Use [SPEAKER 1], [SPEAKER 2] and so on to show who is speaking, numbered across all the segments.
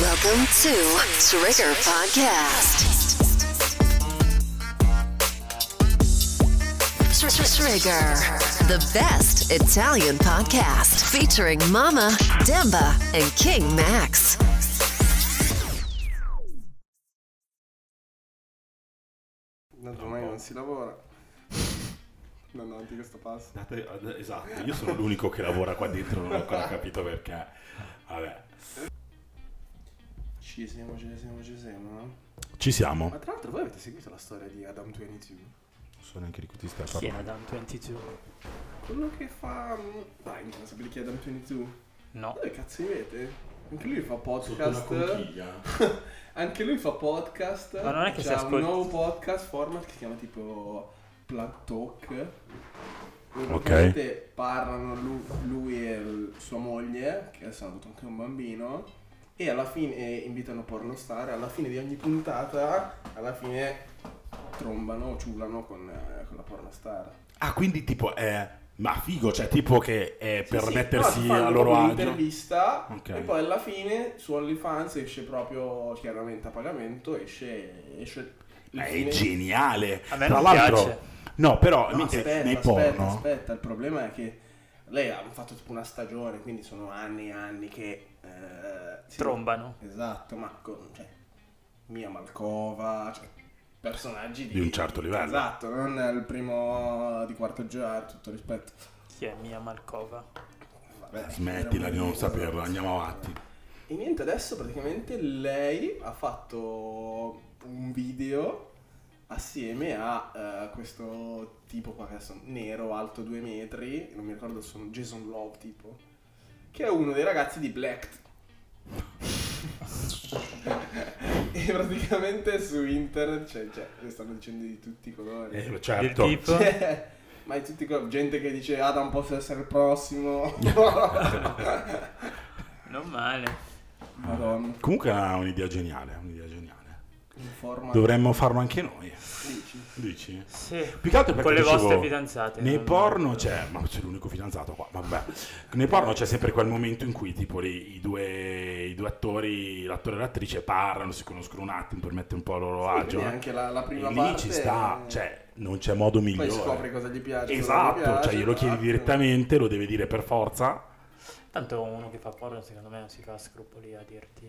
[SPEAKER 1] Welcome to Trigger Podcast. Tr- tr- Trigger, the best Italian podcast featuring Mama, Demba, and King Max.
[SPEAKER 2] No, domani non si lavora. Andando avanti questo passo.
[SPEAKER 3] Date- ad- Esatto, io sono l'unico che lavora qua dentro, non ho ancora capito perché. Vabbè,
[SPEAKER 2] Ci siamo, ci siamo, ci siamo. no?
[SPEAKER 3] ci
[SPEAKER 2] Ma
[SPEAKER 3] siamo.
[SPEAKER 2] tra l'altro voi avete seguito la storia di Adam 22?
[SPEAKER 3] Non so neanche di cui ti stai
[SPEAKER 4] Chi è
[SPEAKER 3] parlando.
[SPEAKER 4] Adam 22?
[SPEAKER 2] Quello che fa... mm, Dai, non sapete chi è Adam 22?
[SPEAKER 4] No.
[SPEAKER 2] Dove cazzo vivete? Anche lui fa
[SPEAKER 3] Sotto una
[SPEAKER 2] podcast.
[SPEAKER 3] conchiglia.
[SPEAKER 2] Anche lui fa podcast.
[SPEAKER 4] Ma non è che
[SPEAKER 2] C'ha
[SPEAKER 4] si ascolta-
[SPEAKER 2] un nuovo podcast format che si chiama tipo Plug Talk. Dove
[SPEAKER 3] Ok.
[SPEAKER 2] praticamente Parlano lu- lui, e l- sua moglie, che adesso hanno avuto anche un bambino. E alla fine e invitano pornostar. Alla fine di ogni puntata, alla fine trombano o ciulano con, eh, con la pornostar.
[SPEAKER 3] Ah, quindi tipo è... Ma figo, cioè tipo che è per
[SPEAKER 2] Sì, sì.
[SPEAKER 3] mettersi
[SPEAKER 2] No, fanno
[SPEAKER 3] a loro
[SPEAKER 2] proprio
[SPEAKER 3] agio.
[SPEAKER 2] un'intervista
[SPEAKER 3] Ok.
[SPEAKER 2] e poi alla fine su OnlyFans esce proprio chiaramente a pagamento esce, esce il
[SPEAKER 3] È
[SPEAKER 2] fine-
[SPEAKER 3] geniale.
[SPEAKER 4] A me
[SPEAKER 3] Tra
[SPEAKER 4] non
[SPEAKER 3] l'altro...
[SPEAKER 4] piace.
[SPEAKER 3] No, però
[SPEAKER 2] No,
[SPEAKER 3] mentre
[SPEAKER 2] aspetta,
[SPEAKER 3] nei
[SPEAKER 2] aspetta,
[SPEAKER 3] porno...
[SPEAKER 2] aspetta, il problema è che lei ha fatto tipo una stagione quindi sono anni e anni che eh, sì,
[SPEAKER 4] Trombano.
[SPEAKER 2] esatto ma con cioè, Mia Malcova cioè, personaggi di,
[SPEAKER 3] Di un certo livello.
[SPEAKER 2] esatto non è il primo di quarto giro tutto rispetto
[SPEAKER 4] Chi è Mia Malkova?
[SPEAKER 2] Vabbè,
[SPEAKER 3] Eh, Smettila di non
[SPEAKER 2] veramente,
[SPEAKER 3] saperlo,
[SPEAKER 2] esatto.
[SPEAKER 3] andiamo avanti.
[SPEAKER 2] E niente, adesso praticamente lei ha fatto un video assieme a eh, questo tipo qua che adesso nero, alto due metri, non mi ricordo se sono Jason Love tipo, che è uno dei ragazzi di Blacked. e praticamente su internet, cioè, cioè, le stanno dicendo di tutti i colori.
[SPEAKER 3] Eh, certo.
[SPEAKER 4] Del tipo?
[SPEAKER 2] Ma è tutti co- gente che dice Adam posso essere il prossimo.
[SPEAKER 4] Non male.
[SPEAKER 2] Madonna.
[SPEAKER 3] Comunque è un'idea geniale, è un'idea geniale.
[SPEAKER 2] In forma
[SPEAKER 3] Dovremmo farlo anche noi.
[SPEAKER 2] dici.
[SPEAKER 3] Dici?
[SPEAKER 4] Sì.
[SPEAKER 3] Più che altro perché
[SPEAKER 4] Con le
[SPEAKER 3] dicevo,
[SPEAKER 4] vostre fidanzate.
[SPEAKER 3] Nei
[SPEAKER 4] non-
[SPEAKER 3] porno c'è, ma c'è l'unico fidanzato qua, vabbè. Nei porno c'è sempre quel momento in cui tipo i, i due, i due attori, l'attore e l'attrice parlano, si conoscono un attimo per mettere un po' a loro agio.
[SPEAKER 2] Quindi
[SPEAKER 3] eh.
[SPEAKER 2] anche la, la prima
[SPEAKER 3] e lì
[SPEAKER 2] parte
[SPEAKER 3] ci sta,
[SPEAKER 2] eh,
[SPEAKER 3] cioè non c'è modo
[SPEAKER 2] poi
[SPEAKER 3] migliore.
[SPEAKER 2] scopri cosa gli piace.
[SPEAKER 3] esatto,
[SPEAKER 2] cosa non gli piace,
[SPEAKER 3] cioè glielo chiedi
[SPEAKER 2] esatto.
[SPEAKER 3] direttamente, lo deve dire per forza.
[SPEAKER 4] Tanto uno che fa porno secondo me non si fa scrupoli a dirti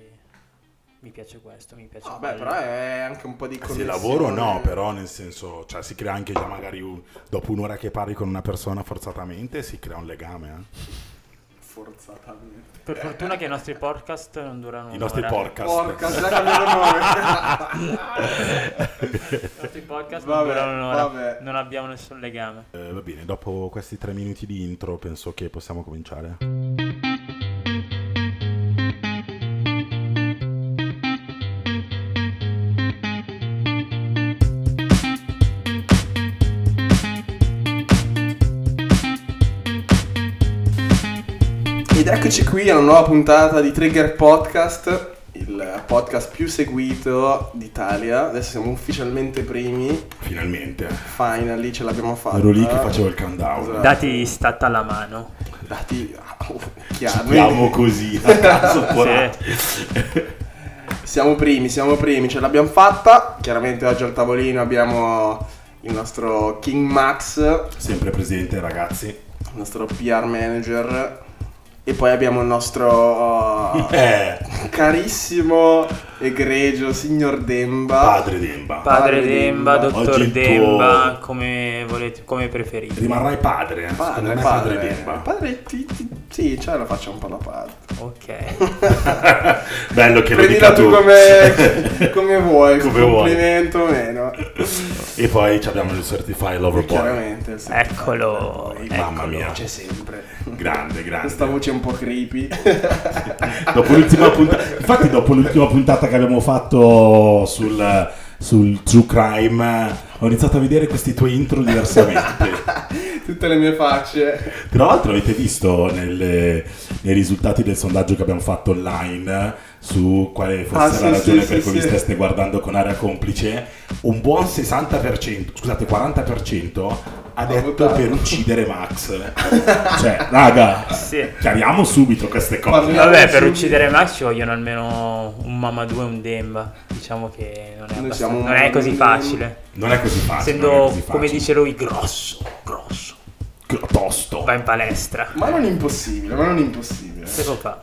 [SPEAKER 4] mi piace questo, mi piace
[SPEAKER 2] No, beh,
[SPEAKER 4] quello.
[SPEAKER 2] però è anche un po' di
[SPEAKER 3] Se
[SPEAKER 2] connessione.
[SPEAKER 3] lavoro no, però nel senso, cioè si crea anche già magari un- dopo un'ora che parli con una persona forzatamente si crea un legame. eh.
[SPEAKER 2] Forzatamente.
[SPEAKER 4] Per fortuna che i nostri podcast non durano
[SPEAKER 3] I nostri
[SPEAKER 4] un'ora.
[SPEAKER 3] podcast.
[SPEAKER 2] Porca, già cambiato nome.
[SPEAKER 4] I nostri podcast
[SPEAKER 2] Vabbè,
[SPEAKER 4] non durano un'ora.
[SPEAKER 2] vabbè.
[SPEAKER 4] Non abbiamo nessun legame.
[SPEAKER 3] Eh, va bene, dopo questi tre minuti di intro penso che possiamo cominciare.
[SPEAKER 2] Ed eccoci qui alla nuova puntata di Trigger Podcast, il podcast più seguito d'Italia. Adesso siamo ufficialmente primi.
[SPEAKER 3] Finalmente.
[SPEAKER 2] Finally ce l'abbiamo fatta.
[SPEAKER 3] Ero lì che facevo il countdown.
[SPEAKER 2] Esatto.
[SPEAKER 4] Dati stata alla mano.
[SPEAKER 2] Dati. oh, chiaro.
[SPEAKER 3] Siamo così, a caso volati.
[SPEAKER 2] Siamo primi, siamo primi, ce l'abbiamo fatta. Chiaramente oggi al tavolino abbiamo il nostro King Max, il
[SPEAKER 3] Sempre presente ragazzi.
[SPEAKER 2] nostro PR manager. E poi abbiamo il nostro
[SPEAKER 3] Eh,
[SPEAKER 2] carissimo, egregio signor Demba.
[SPEAKER 3] padre Demba.
[SPEAKER 4] Padre
[SPEAKER 2] Padre Demba.
[SPEAKER 4] Demba, dottor
[SPEAKER 3] Oggi il tuo-
[SPEAKER 4] Demba, come, volete, come preferite.
[SPEAKER 3] Rimarrai padre, eh. Secondo me padre, Demba.
[SPEAKER 2] Padre, ti, ti- sì, ce la facciamo un po' la parte.
[SPEAKER 4] Ok.
[SPEAKER 3] Bello che lo dica
[SPEAKER 2] Prendila tu
[SPEAKER 3] tu.
[SPEAKER 2] come, come vuoi,
[SPEAKER 3] Come vuoi.
[SPEAKER 2] complimento o meno.
[SPEAKER 3] E poi ci abbiamo il Certified Lover Boy.
[SPEAKER 2] Chiaramente. il set-
[SPEAKER 4] Eccolo.
[SPEAKER 2] Poi,
[SPEAKER 4] Ecco.
[SPEAKER 3] Mamma mia.
[SPEAKER 2] C'è sempre.
[SPEAKER 3] Grande, grande.
[SPEAKER 2] Questa voce è un po' creepy.
[SPEAKER 3] Dopo l'ultima puntata, infatti, dopo l'ultima puntata che abbiamo fatto sul, sul True Crime, ho iniziato a vedere questi tuoi intro diversamente.
[SPEAKER 2] Tutte le mie facce.
[SPEAKER 3] Tra l'altro, avete visto nelle- nei risultati del sondaggio che abbiamo fatto online su quale fosse
[SPEAKER 2] Ah,
[SPEAKER 3] la
[SPEAKER 2] sì,
[SPEAKER 3] ragione
[SPEAKER 2] sì,
[SPEAKER 3] per
[SPEAKER 2] sì,
[SPEAKER 3] cui vi
[SPEAKER 2] sì.
[SPEAKER 3] steste guardando con aria complice, un buon 60%, scusate, 40% ha detto
[SPEAKER 2] votato.
[SPEAKER 3] per uccidere Max. cioè, raga,
[SPEAKER 4] Sì.
[SPEAKER 3] chiariamo subito queste cose.
[SPEAKER 2] Parliamo-
[SPEAKER 4] Vabbè, per uccidere Max ci vogliono almeno un Mamma 2 e un Demba. Diciamo che non è,
[SPEAKER 2] Noi
[SPEAKER 4] abbastan-
[SPEAKER 2] siamo un-
[SPEAKER 4] non è così facile.
[SPEAKER 3] Non è così facile. non è
[SPEAKER 4] Essendo,
[SPEAKER 3] così facile.
[SPEAKER 4] come dice lui, grosso, grosso.
[SPEAKER 3] Che tosto.
[SPEAKER 4] Va in palestra.
[SPEAKER 2] Ma non impossibile, ma non impossibile.
[SPEAKER 4] Che lo fa?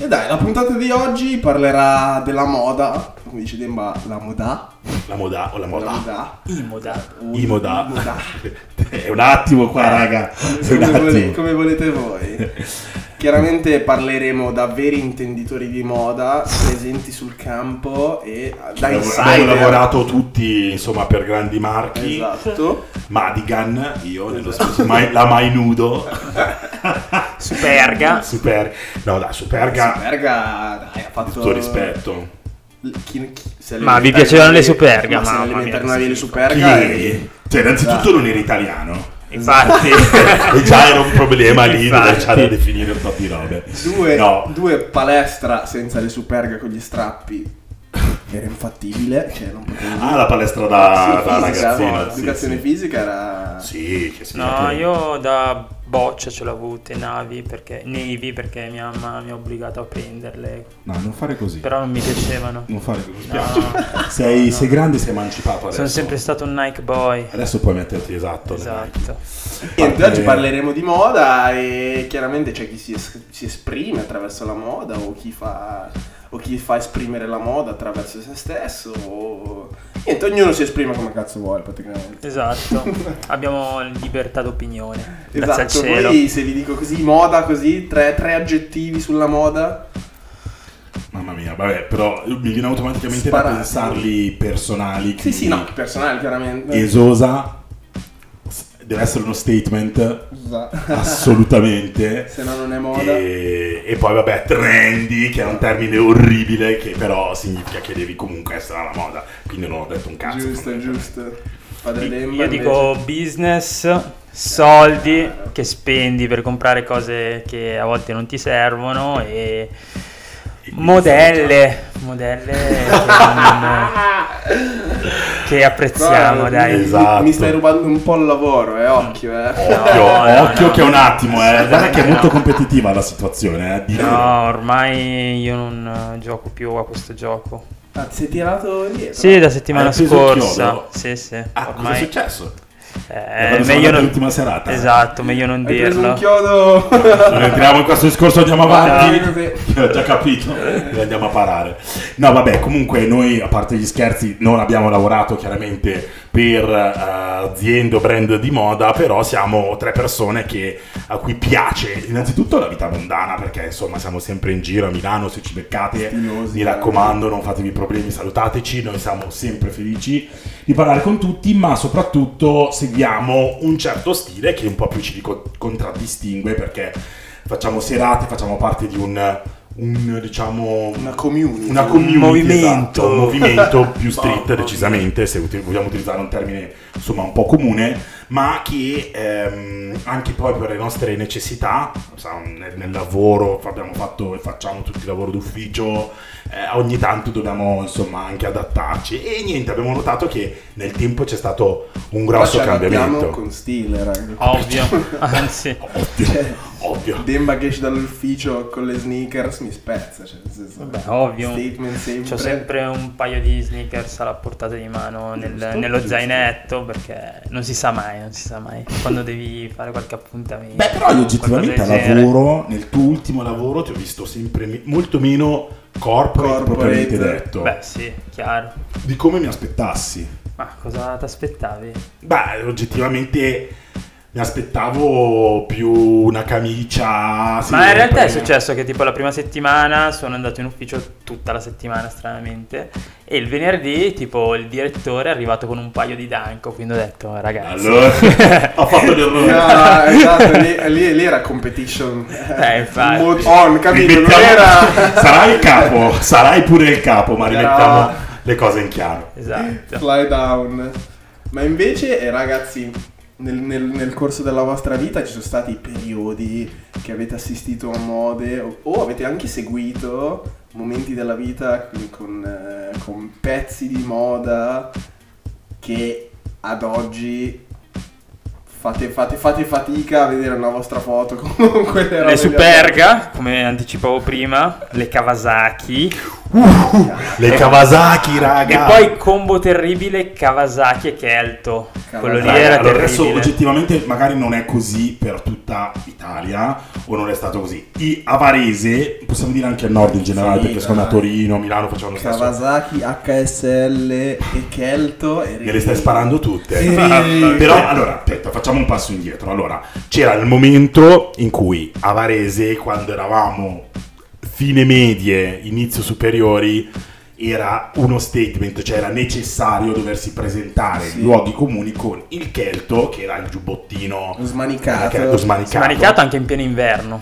[SPEAKER 2] E dai, la puntata di oggi parlerà della moda, come dice Demba, la moda.
[SPEAKER 3] La moda o la
[SPEAKER 2] La
[SPEAKER 3] moda.
[SPEAKER 2] moda.
[SPEAKER 4] Imoda.
[SPEAKER 3] I moda.
[SPEAKER 2] Moda. Eh,
[SPEAKER 3] È un attimo qua, raga. È un
[SPEAKER 2] Come, vole-
[SPEAKER 3] attimo.
[SPEAKER 2] come volete voi. Chiaramente parleremo da veri intenditori di moda, presenti sul campo e da
[SPEAKER 3] Abbiamo
[SPEAKER 2] insider.
[SPEAKER 3] lavorato tutti, insomma, per grandi marchi.
[SPEAKER 2] Esatto.
[SPEAKER 3] Madigan, io nello stesso, mai- la Mai Nudo,
[SPEAKER 4] Superga.
[SPEAKER 3] Super, no dai, Superga,
[SPEAKER 2] Superga, dai, ha fatto...
[SPEAKER 3] tutto rispetto.
[SPEAKER 2] Chi- chi- se
[SPEAKER 4] Ma vi
[SPEAKER 2] all'interno
[SPEAKER 4] piacevano le
[SPEAKER 2] di-
[SPEAKER 4] Superga?
[SPEAKER 2] Ma se
[SPEAKER 4] Mamma
[SPEAKER 2] all'interno
[SPEAKER 4] mia,
[SPEAKER 2] avevi
[SPEAKER 4] che
[SPEAKER 2] le
[SPEAKER 4] schifo.
[SPEAKER 3] Chi
[SPEAKER 2] Superga... Esatto. eri-
[SPEAKER 3] eri? Cioè, innanzitutto non eri italiano.
[SPEAKER 4] Infatti.
[SPEAKER 3] E già era un problema lì
[SPEAKER 4] Infatti.
[SPEAKER 3] dover c'era da definire un po' di robe.
[SPEAKER 2] Due,
[SPEAKER 3] No,
[SPEAKER 2] due palestra senza le superga con gli strappi era infattibile, cioè non potevi...
[SPEAKER 3] ah, la palestra Ah, da, da
[SPEAKER 2] fisica,
[SPEAKER 3] ragazzino. Sì,
[SPEAKER 2] L'educazione
[SPEAKER 3] sì.
[SPEAKER 2] fisica era...
[SPEAKER 3] Sì, che
[SPEAKER 4] No,
[SPEAKER 3] spettacolo.
[SPEAKER 4] io da boccia ce l'ho avute, navi perché, nevi perché mia mamma mi ha obbligato a prenderle,
[SPEAKER 3] No, non fare così.
[SPEAKER 4] però non mi piacevano.
[SPEAKER 3] Non fare così. Mi spiace.
[SPEAKER 4] No,
[SPEAKER 3] Sei, sei grande, sei emancipato adesso.
[SPEAKER 4] sono sempre stato un Nike boy.
[SPEAKER 3] Adesso puoi metterti esatto. nel-
[SPEAKER 4] Esatto.
[SPEAKER 2] Niente, oggi
[SPEAKER 3] Eh.
[SPEAKER 2] parleremo di moda e chiaramente c'è chi si, es- si esprime attraverso la moda o chi fa o chi fa esprimere la moda attraverso se stesso o... Niente, ognuno si esprime come cazzo vuole praticamente.
[SPEAKER 4] Esatto, abbiamo libertà d'opinione. Grazie al
[SPEAKER 2] Esatto,
[SPEAKER 4] cielo.
[SPEAKER 2] poi se vi dico così, moda così, tre, tre aggettivi sulla moda.
[SPEAKER 3] Mamma mia, vabbè, però mi viene automaticamente
[SPEAKER 2] Sparati.
[SPEAKER 3] da pensarli personali.
[SPEAKER 2] Sì,
[SPEAKER 3] quindi
[SPEAKER 2] sì, no, personale chiaramente.
[SPEAKER 3] Esosa s- deve essere uno statement
[SPEAKER 2] Esatto.
[SPEAKER 3] assolutamente.
[SPEAKER 2] se no non è moda.
[SPEAKER 3] E, e poi vabbè, trendy, che è un termine orribile, che però significa che devi comunque essere alla moda. Quindi non ho detto un cazzo.
[SPEAKER 2] giusto, giusto. Padre Demba
[SPEAKER 4] Io dico
[SPEAKER 2] invece-
[SPEAKER 4] business, soldi che spendi per comprare cose che a volte non ti servono e
[SPEAKER 3] quindi
[SPEAKER 4] modelle, modelle che, non- che apprezziamo,
[SPEAKER 2] Guarda, mi-
[SPEAKER 4] dai.
[SPEAKER 3] Esatto.
[SPEAKER 2] Mi stai rubando un po' il lavoro, eh, occhio, eh.
[SPEAKER 3] Occhio,
[SPEAKER 4] no,
[SPEAKER 3] occhio
[SPEAKER 4] no.
[SPEAKER 3] che è un attimo, eh. Guarda che è molto competitiva la situazione, eh. di-
[SPEAKER 4] No, ormai io non eh, gioco più a questo gioco.
[SPEAKER 2] Ah, ti sei tirato dietro?
[SPEAKER 4] Sì, la settimana
[SPEAKER 3] Hai preso il
[SPEAKER 4] scorsa.
[SPEAKER 3] chiodo?
[SPEAKER 4] Sì, sì.
[SPEAKER 3] Ah, cosa è
[SPEAKER 4] ormai
[SPEAKER 3] successo?
[SPEAKER 4] eh,
[SPEAKER 3] Quando sono
[SPEAKER 4] meglio
[SPEAKER 3] andati
[SPEAKER 4] non
[SPEAKER 3] l'ultima serata.
[SPEAKER 4] Esatto, meglio non
[SPEAKER 2] Hai preso un
[SPEAKER 4] dirlo.
[SPEAKER 2] chiodo.
[SPEAKER 3] Non entriamo in questo discorso, andiamo avanti.
[SPEAKER 2] Ciao.
[SPEAKER 3] Io Ho già capito, dove andiamo a parare. No, vabbè, comunque noi, a parte gli scherzi, non abbiamo lavorato chiaramente per eh, aziende o brand di moda, però siamo tre persone che, a cui piace innanzitutto la vita mondana, perché insomma siamo sempre in giro a Milano, se ci beccate,
[SPEAKER 2] Stilosi,
[SPEAKER 3] mi raccomando, non fatevi problemi, salutateci, noi siamo sempre felici di parlare con tutti, ma soprattutto seguiamo un certo stile che un po' più ci rico- contraddistingue perché facciamo serate, facciamo parte di un, un, diciamo
[SPEAKER 2] Una community.
[SPEAKER 3] una community,
[SPEAKER 4] movimento.
[SPEAKER 3] esatto, un movimento più street
[SPEAKER 2] Mamma
[SPEAKER 3] decisamente, se uti- vogliamo utilizzare un termine insomma un po' comune, ma che ehm, anche poi per le nostre necessità, sa, nel, nel lavoro abbiamo fatto e facciamo tutti il lavoro d'ufficio, eh, ogni tanto dobbiamo insomma anche adattarci e niente, abbiamo notato che nel tempo c'è stato un grosso
[SPEAKER 2] Qua ci adattiamo
[SPEAKER 3] cambiamento.
[SPEAKER 2] con eh. stile, raga.
[SPEAKER 4] Ovvio. Anzi,
[SPEAKER 2] Cioè,
[SPEAKER 3] Ovvio, ovvio.
[SPEAKER 2] Demba che esce dall'ufficio con le sneakers mi spezza. Cioè, nel senso,
[SPEAKER 4] Vabbè, ovvio. Cioè,
[SPEAKER 2] Statement sempre.
[SPEAKER 4] C'ho sempre un paio di sneakers alla portata di mano nel-
[SPEAKER 2] Giusto,
[SPEAKER 4] nello
[SPEAKER 2] giusto.
[SPEAKER 4] zainetto perché non si sa mai, non si sa mai quando devi fare qualche appuntamento.
[SPEAKER 3] Beh, però io oggettivamente
[SPEAKER 4] qualcosa
[SPEAKER 3] a
[SPEAKER 4] del genere.
[SPEAKER 3] lavoro, nel tuo ultimo lavoro, ti ho visto sempre me- molto meno corporate,
[SPEAKER 2] Corporate.
[SPEAKER 3] propriamente detto.
[SPEAKER 4] Beh, sì, chiaro.
[SPEAKER 3] Di come mi aspettassi.
[SPEAKER 4] Ma cosa ti aspettavi?
[SPEAKER 3] Beh, oggettivamente mi aspettavo più una camicia. sì,
[SPEAKER 4] Ma in realtà
[SPEAKER 3] pre-
[SPEAKER 4] è successo che tipo la prima settimana sono andato in ufficio tutta la settimana stranamente e il venerdì tipo il direttore è arrivato con un paio di danco, quindi ho detto "Oh, ragazzi...
[SPEAKER 3] Allora, ho fatto l'errore.
[SPEAKER 2] Ah, esatto, lì, lì- lì era competition.
[SPEAKER 4] Eh, infatti.
[SPEAKER 2] Mode on, capito? Non era
[SPEAKER 3] Sarai il capo, sarai pure il capo, ma
[SPEAKER 2] Era-
[SPEAKER 3] rimettiamo le cose in chiaro.
[SPEAKER 4] Esatto.
[SPEAKER 2] fly down. Ma invece, eh, ragazzi, nel, nel- nel corso della vostra vita ci sono stati periodi che avete assistito a mode o, o avete anche seguito momenti della vita con, con, eh, con pezzi di moda che ad oggi Fate, fate, fate fatica a vedere una vostra foto con quelle robe.
[SPEAKER 4] Le
[SPEAKER 2] lì.
[SPEAKER 4] Superga, come anticipavo prima, le Kawasaki.
[SPEAKER 3] Le Kawasaki, raga.
[SPEAKER 4] Eh. E poi combo terribile Kawasaki e Kelto. Quello lì
[SPEAKER 3] Raga,
[SPEAKER 4] era
[SPEAKER 3] allora,
[SPEAKER 4] terribile.
[SPEAKER 3] adesso oggettivamente magari non è così per tutta Italia o non è stato così. I Avarese, possiamo dire anche al nord in generale,
[SPEAKER 2] Sì,
[SPEAKER 3] perché secondo me a
[SPEAKER 2] dai.
[SPEAKER 3] Torino, Milano facciamo lo stesso.
[SPEAKER 2] Kawasaki, HSL e Kelto. E
[SPEAKER 3] Me le stai sparando tutte.
[SPEAKER 2] Sì.
[SPEAKER 3] Però allora, aspetta, facciamo un passo indietro. Allora, c'era il momento in cui Avarese, quando eravamo fine medie, inizio superiori, era uno statement, cioè era necessario doversi presentare
[SPEAKER 2] Sì.
[SPEAKER 3] in luoghi comuni con il Kelto, che era il giubbottino
[SPEAKER 2] Lo smanicato.
[SPEAKER 3] Era lo smanicato.
[SPEAKER 4] Smanicato anche in pieno inverno.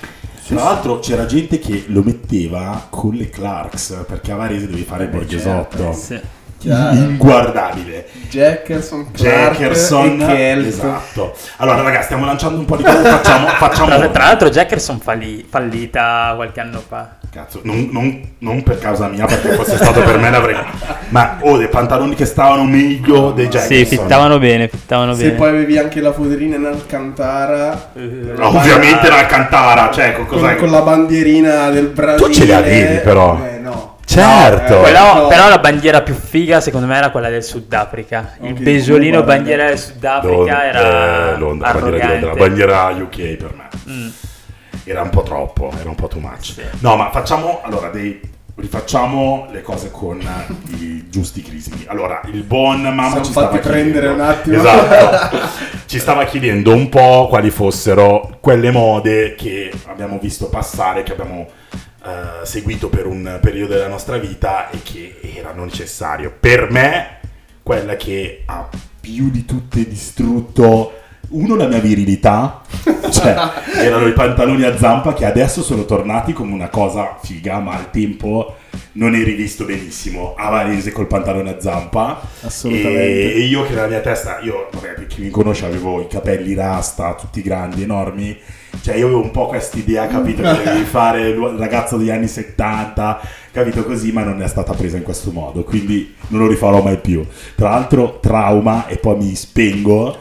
[SPEAKER 3] Tra l'altro c'era gente che lo metteva con le Clarks, perché a Varese devi fare il
[SPEAKER 2] Beh,
[SPEAKER 3] borghesotto.
[SPEAKER 2] certo,
[SPEAKER 4] Sì.
[SPEAKER 2] Chiaro.
[SPEAKER 3] Mm. Inguardabile.
[SPEAKER 2] Jackerson, Clark
[SPEAKER 3] Jackerson.
[SPEAKER 2] e Kelto.
[SPEAKER 3] Esatto. Allora ragazzi, stiamo lanciando un po' di cose, facciamo... facciamo
[SPEAKER 4] Tra, tra l'altro Jackerson fallì- fallita qualche anno fa.
[SPEAKER 3] Cazzo, non, non- non per causa mia, perché fosse stato per me l'avrei... Ma o dei pantaloni che stavano meglio dei Jackerson.
[SPEAKER 4] bene, fittavano
[SPEAKER 2] Se poi avevi anche la foderina in Alcantara.
[SPEAKER 4] Eh,
[SPEAKER 3] No, Ovviamente era Alcantara, cioè con
[SPEAKER 2] Con,
[SPEAKER 3] cos'è?
[SPEAKER 2] con la bandierina del Brasile.
[SPEAKER 3] Tu ce le avevi, però.
[SPEAKER 2] Eh no.
[SPEAKER 3] Certo.
[SPEAKER 2] No, eh,
[SPEAKER 4] Quella-
[SPEAKER 2] no.
[SPEAKER 4] Però la bandiera più figa secondo me era quella del Sudafrica. Il
[SPEAKER 2] Ok,
[SPEAKER 4] Besolino
[SPEAKER 2] guarda.
[SPEAKER 4] bandiera del Sudafrica
[SPEAKER 3] Lond-
[SPEAKER 4] era
[SPEAKER 3] eh, Londra, bandiera di
[SPEAKER 4] arrogante.
[SPEAKER 3] Londra, bandiera UK per me.
[SPEAKER 4] Mm.
[SPEAKER 3] era un po' troppo, era un po' too much.
[SPEAKER 4] Sì.
[SPEAKER 3] No, ma facciamo allora dei rifacciamo le cose con i giusti crismi. Allora, il buon mamma
[SPEAKER 2] Siamo
[SPEAKER 3] ci stava
[SPEAKER 2] fatti prendere
[SPEAKER 3] chiedendo-
[SPEAKER 2] un attimo.
[SPEAKER 3] Esatto. ci stava chiedendo un po' quali fossero quelle mode che abbiamo visto passare, che abbiamo eh, seguito per un periodo della nostra vita e che erano necessarie. Per me quella che ha più di tutte distrutto uno la mia virilità cioè erano i pantaloni a zampa che adesso sono tornati come una cosa figa ma al tempo non eri visto benissimo Avarese col pantalone a zampa
[SPEAKER 2] Assolutamente.
[SPEAKER 3] e io che nella mia testa io vabbè per chi mi conosce avevo i capelli rasta tutti grandi enormi cioè io avevo un po' quest'idea capito che devi fare il ragazzo degli anni 70 capito così ma non è stata presa in questo modo quindi non lo rifarò mai più tra l'altro trauma e poi mi spengo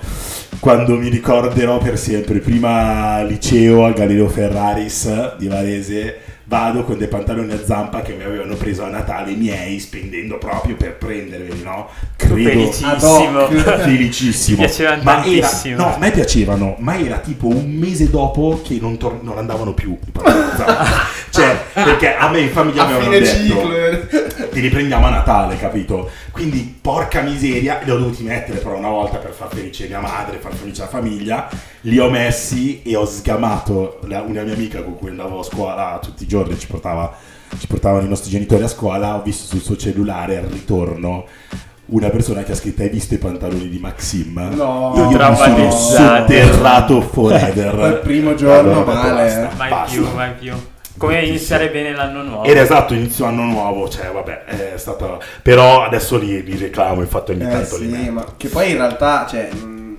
[SPEAKER 3] quando mi ricorderò per sempre prima liceo al Galileo Ferraris di Varese vado con dei pantaloni a zampa che mi avevano preso a Natale i miei spendendo proprio per prenderli no? credo
[SPEAKER 4] Felici-
[SPEAKER 2] Ad hoc.
[SPEAKER 3] felicissimo
[SPEAKER 4] Mi piacevano
[SPEAKER 3] ma era,
[SPEAKER 4] tantissimo.
[SPEAKER 3] no a me piacevano ma era tipo un mese dopo che non, tor- non andavano più i pantaloni a zampa. cioè perché a me in famiglia mi
[SPEAKER 2] A
[SPEAKER 3] avevano
[SPEAKER 2] fine
[SPEAKER 3] detto
[SPEAKER 2] ciclo. eh.
[SPEAKER 3] ti riprendiamo a Natale, capito? Quindi, porca miseria, li ho dovuti mettere però una volta per far felice mia madre, far felice la famiglia. Li ho messi e ho sgamato la- una mia amica con cui andavo a scuola tutti i giorni, ci, portava- ci portavano i nostri genitori a scuola. Ho visto sul suo cellulare al ritorno una persona che ha scritto hai visto i pantaloni di Maxim
[SPEAKER 2] No,
[SPEAKER 3] io mi sono
[SPEAKER 4] traumatizzato.
[SPEAKER 3] sotterrato forever
[SPEAKER 2] Dal primo giorno,
[SPEAKER 3] ho detto,
[SPEAKER 2] male, eh.
[SPEAKER 3] "Basta,
[SPEAKER 4] Mai
[SPEAKER 3] basta".
[SPEAKER 4] più, mai più. Come iniziare bene l'anno nuovo.
[SPEAKER 3] Era esatto, inizio anno nuovo, cioè vabbè, è stata... Però adesso li, li reclamo, infatti ogni
[SPEAKER 2] Eh,
[SPEAKER 3] tanto li
[SPEAKER 2] sì,
[SPEAKER 3] metto.
[SPEAKER 2] ma che poi in realtà, cioè, mh,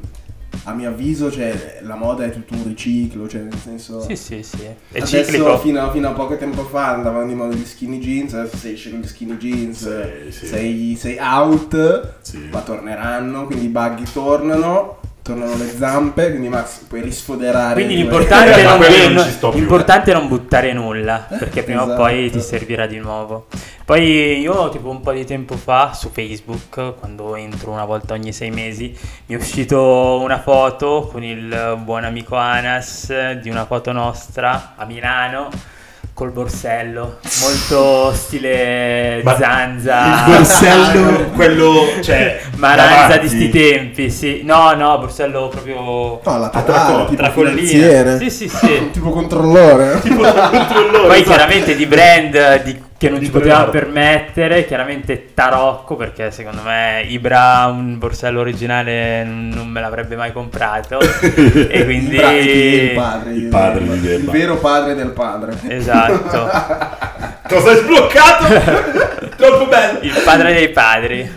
[SPEAKER 2] a mio avviso, cioè, la moda è tutto un riciclo, cioè, nel senso...
[SPEAKER 4] Sì, sì, sì. È
[SPEAKER 2] adesso,
[SPEAKER 4] ciclico.
[SPEAKER 2] Fino a, fino a poco tempo fa andavano di moda gli skinny jeans, adesso sei scendi gli skinny jeans,
[SPEAKER 3] Sì, sì.
[SPEAKER 2] Sei, sei out,
[SPEAKER 3] Sì.
[SPEAKER 2] ma torneranno, quindi i buggy tornano, tornano le zampe, quindi Max puoi risfoderare...
[SPEAKER 4] Quindi
[SPEAKER 2] i tuoi-
[SPEAKER 4] l'importante
[SPEAKER 3] Eh,
[SPEAKER 4] è
[SPEAKER 3] ma
[SPEAKER 4] non,
[SPEAKER 3] quello
[SPEAKER 4] eh,
[SPEAKER 3] non ci sto più.
[SPEAKER 4] l'importante è non buttare nulla, perché prima o
[SPEAKER 2] Esatto.
[SPEAKER 4] poi ti servirà di nuovo. Poi io tipo un po' di tempo fa su Facebook, quando entro una volta ogni sei mesi, mi è uscito una foto con il buon amico Anas eh, di una foto nostra a Milano. Col borsello, molto stile
[SPEAKER 3] Ma
[SPEAKER 4] zanza.
[SPEAKER 3] Il borsello, quello, cioè...
[SPEAKER 4] Maranza
[SPEAKER 3] davanti.
[SPEAKER 4] di sti tempi, sì. No, no, borsello proprio
[SPEAKER 2] No, la
[SPEAKER 3] Ah,
[SPEAKER 2] trovare,
[SPEAKER 3] tracolla,
[SPEAKER 2] tipo
[SPEAKER 4] tracollina.
[SPEAKER 2] finanziere.
[SPEAKER 4] Sì, sì, sì.
[SPEAKER 2] tipo controllore.
[SPEAKER 3] Controllore,
[SPEAKER 4] Poi
[SPEAKER 3] esatto.
[SPEAKER 4] chiaramente di brand eh, di- che non
[SPEAKER 3] Di
[SPEAKER 4] ci potevamo
[SPEAKER 3] brand.
[SPEAKER 4] permettere, chiaramente Tarocco, perché secondo me Ibra un borsello originale non me l'avrebbe mai comprato.
[SPEAKER 3] Eh,
[SPEAKER 4] e
[SPEAKER 2] Il bra- il
[SPEAKER 4] quindi...
[SPEAKER 2] padre,
[SPEAKER 3] Il padre di
[SPEAKER 2] il
[SPEAKER 3] Demba.
[SPEAKER 2] vero padre del padre.
[SPEAKER 4] Esatto,
[SPEAKER 3] Cosa hai sbloccato? Troppo bello!
[SPEAKER 4] il padre dei padri.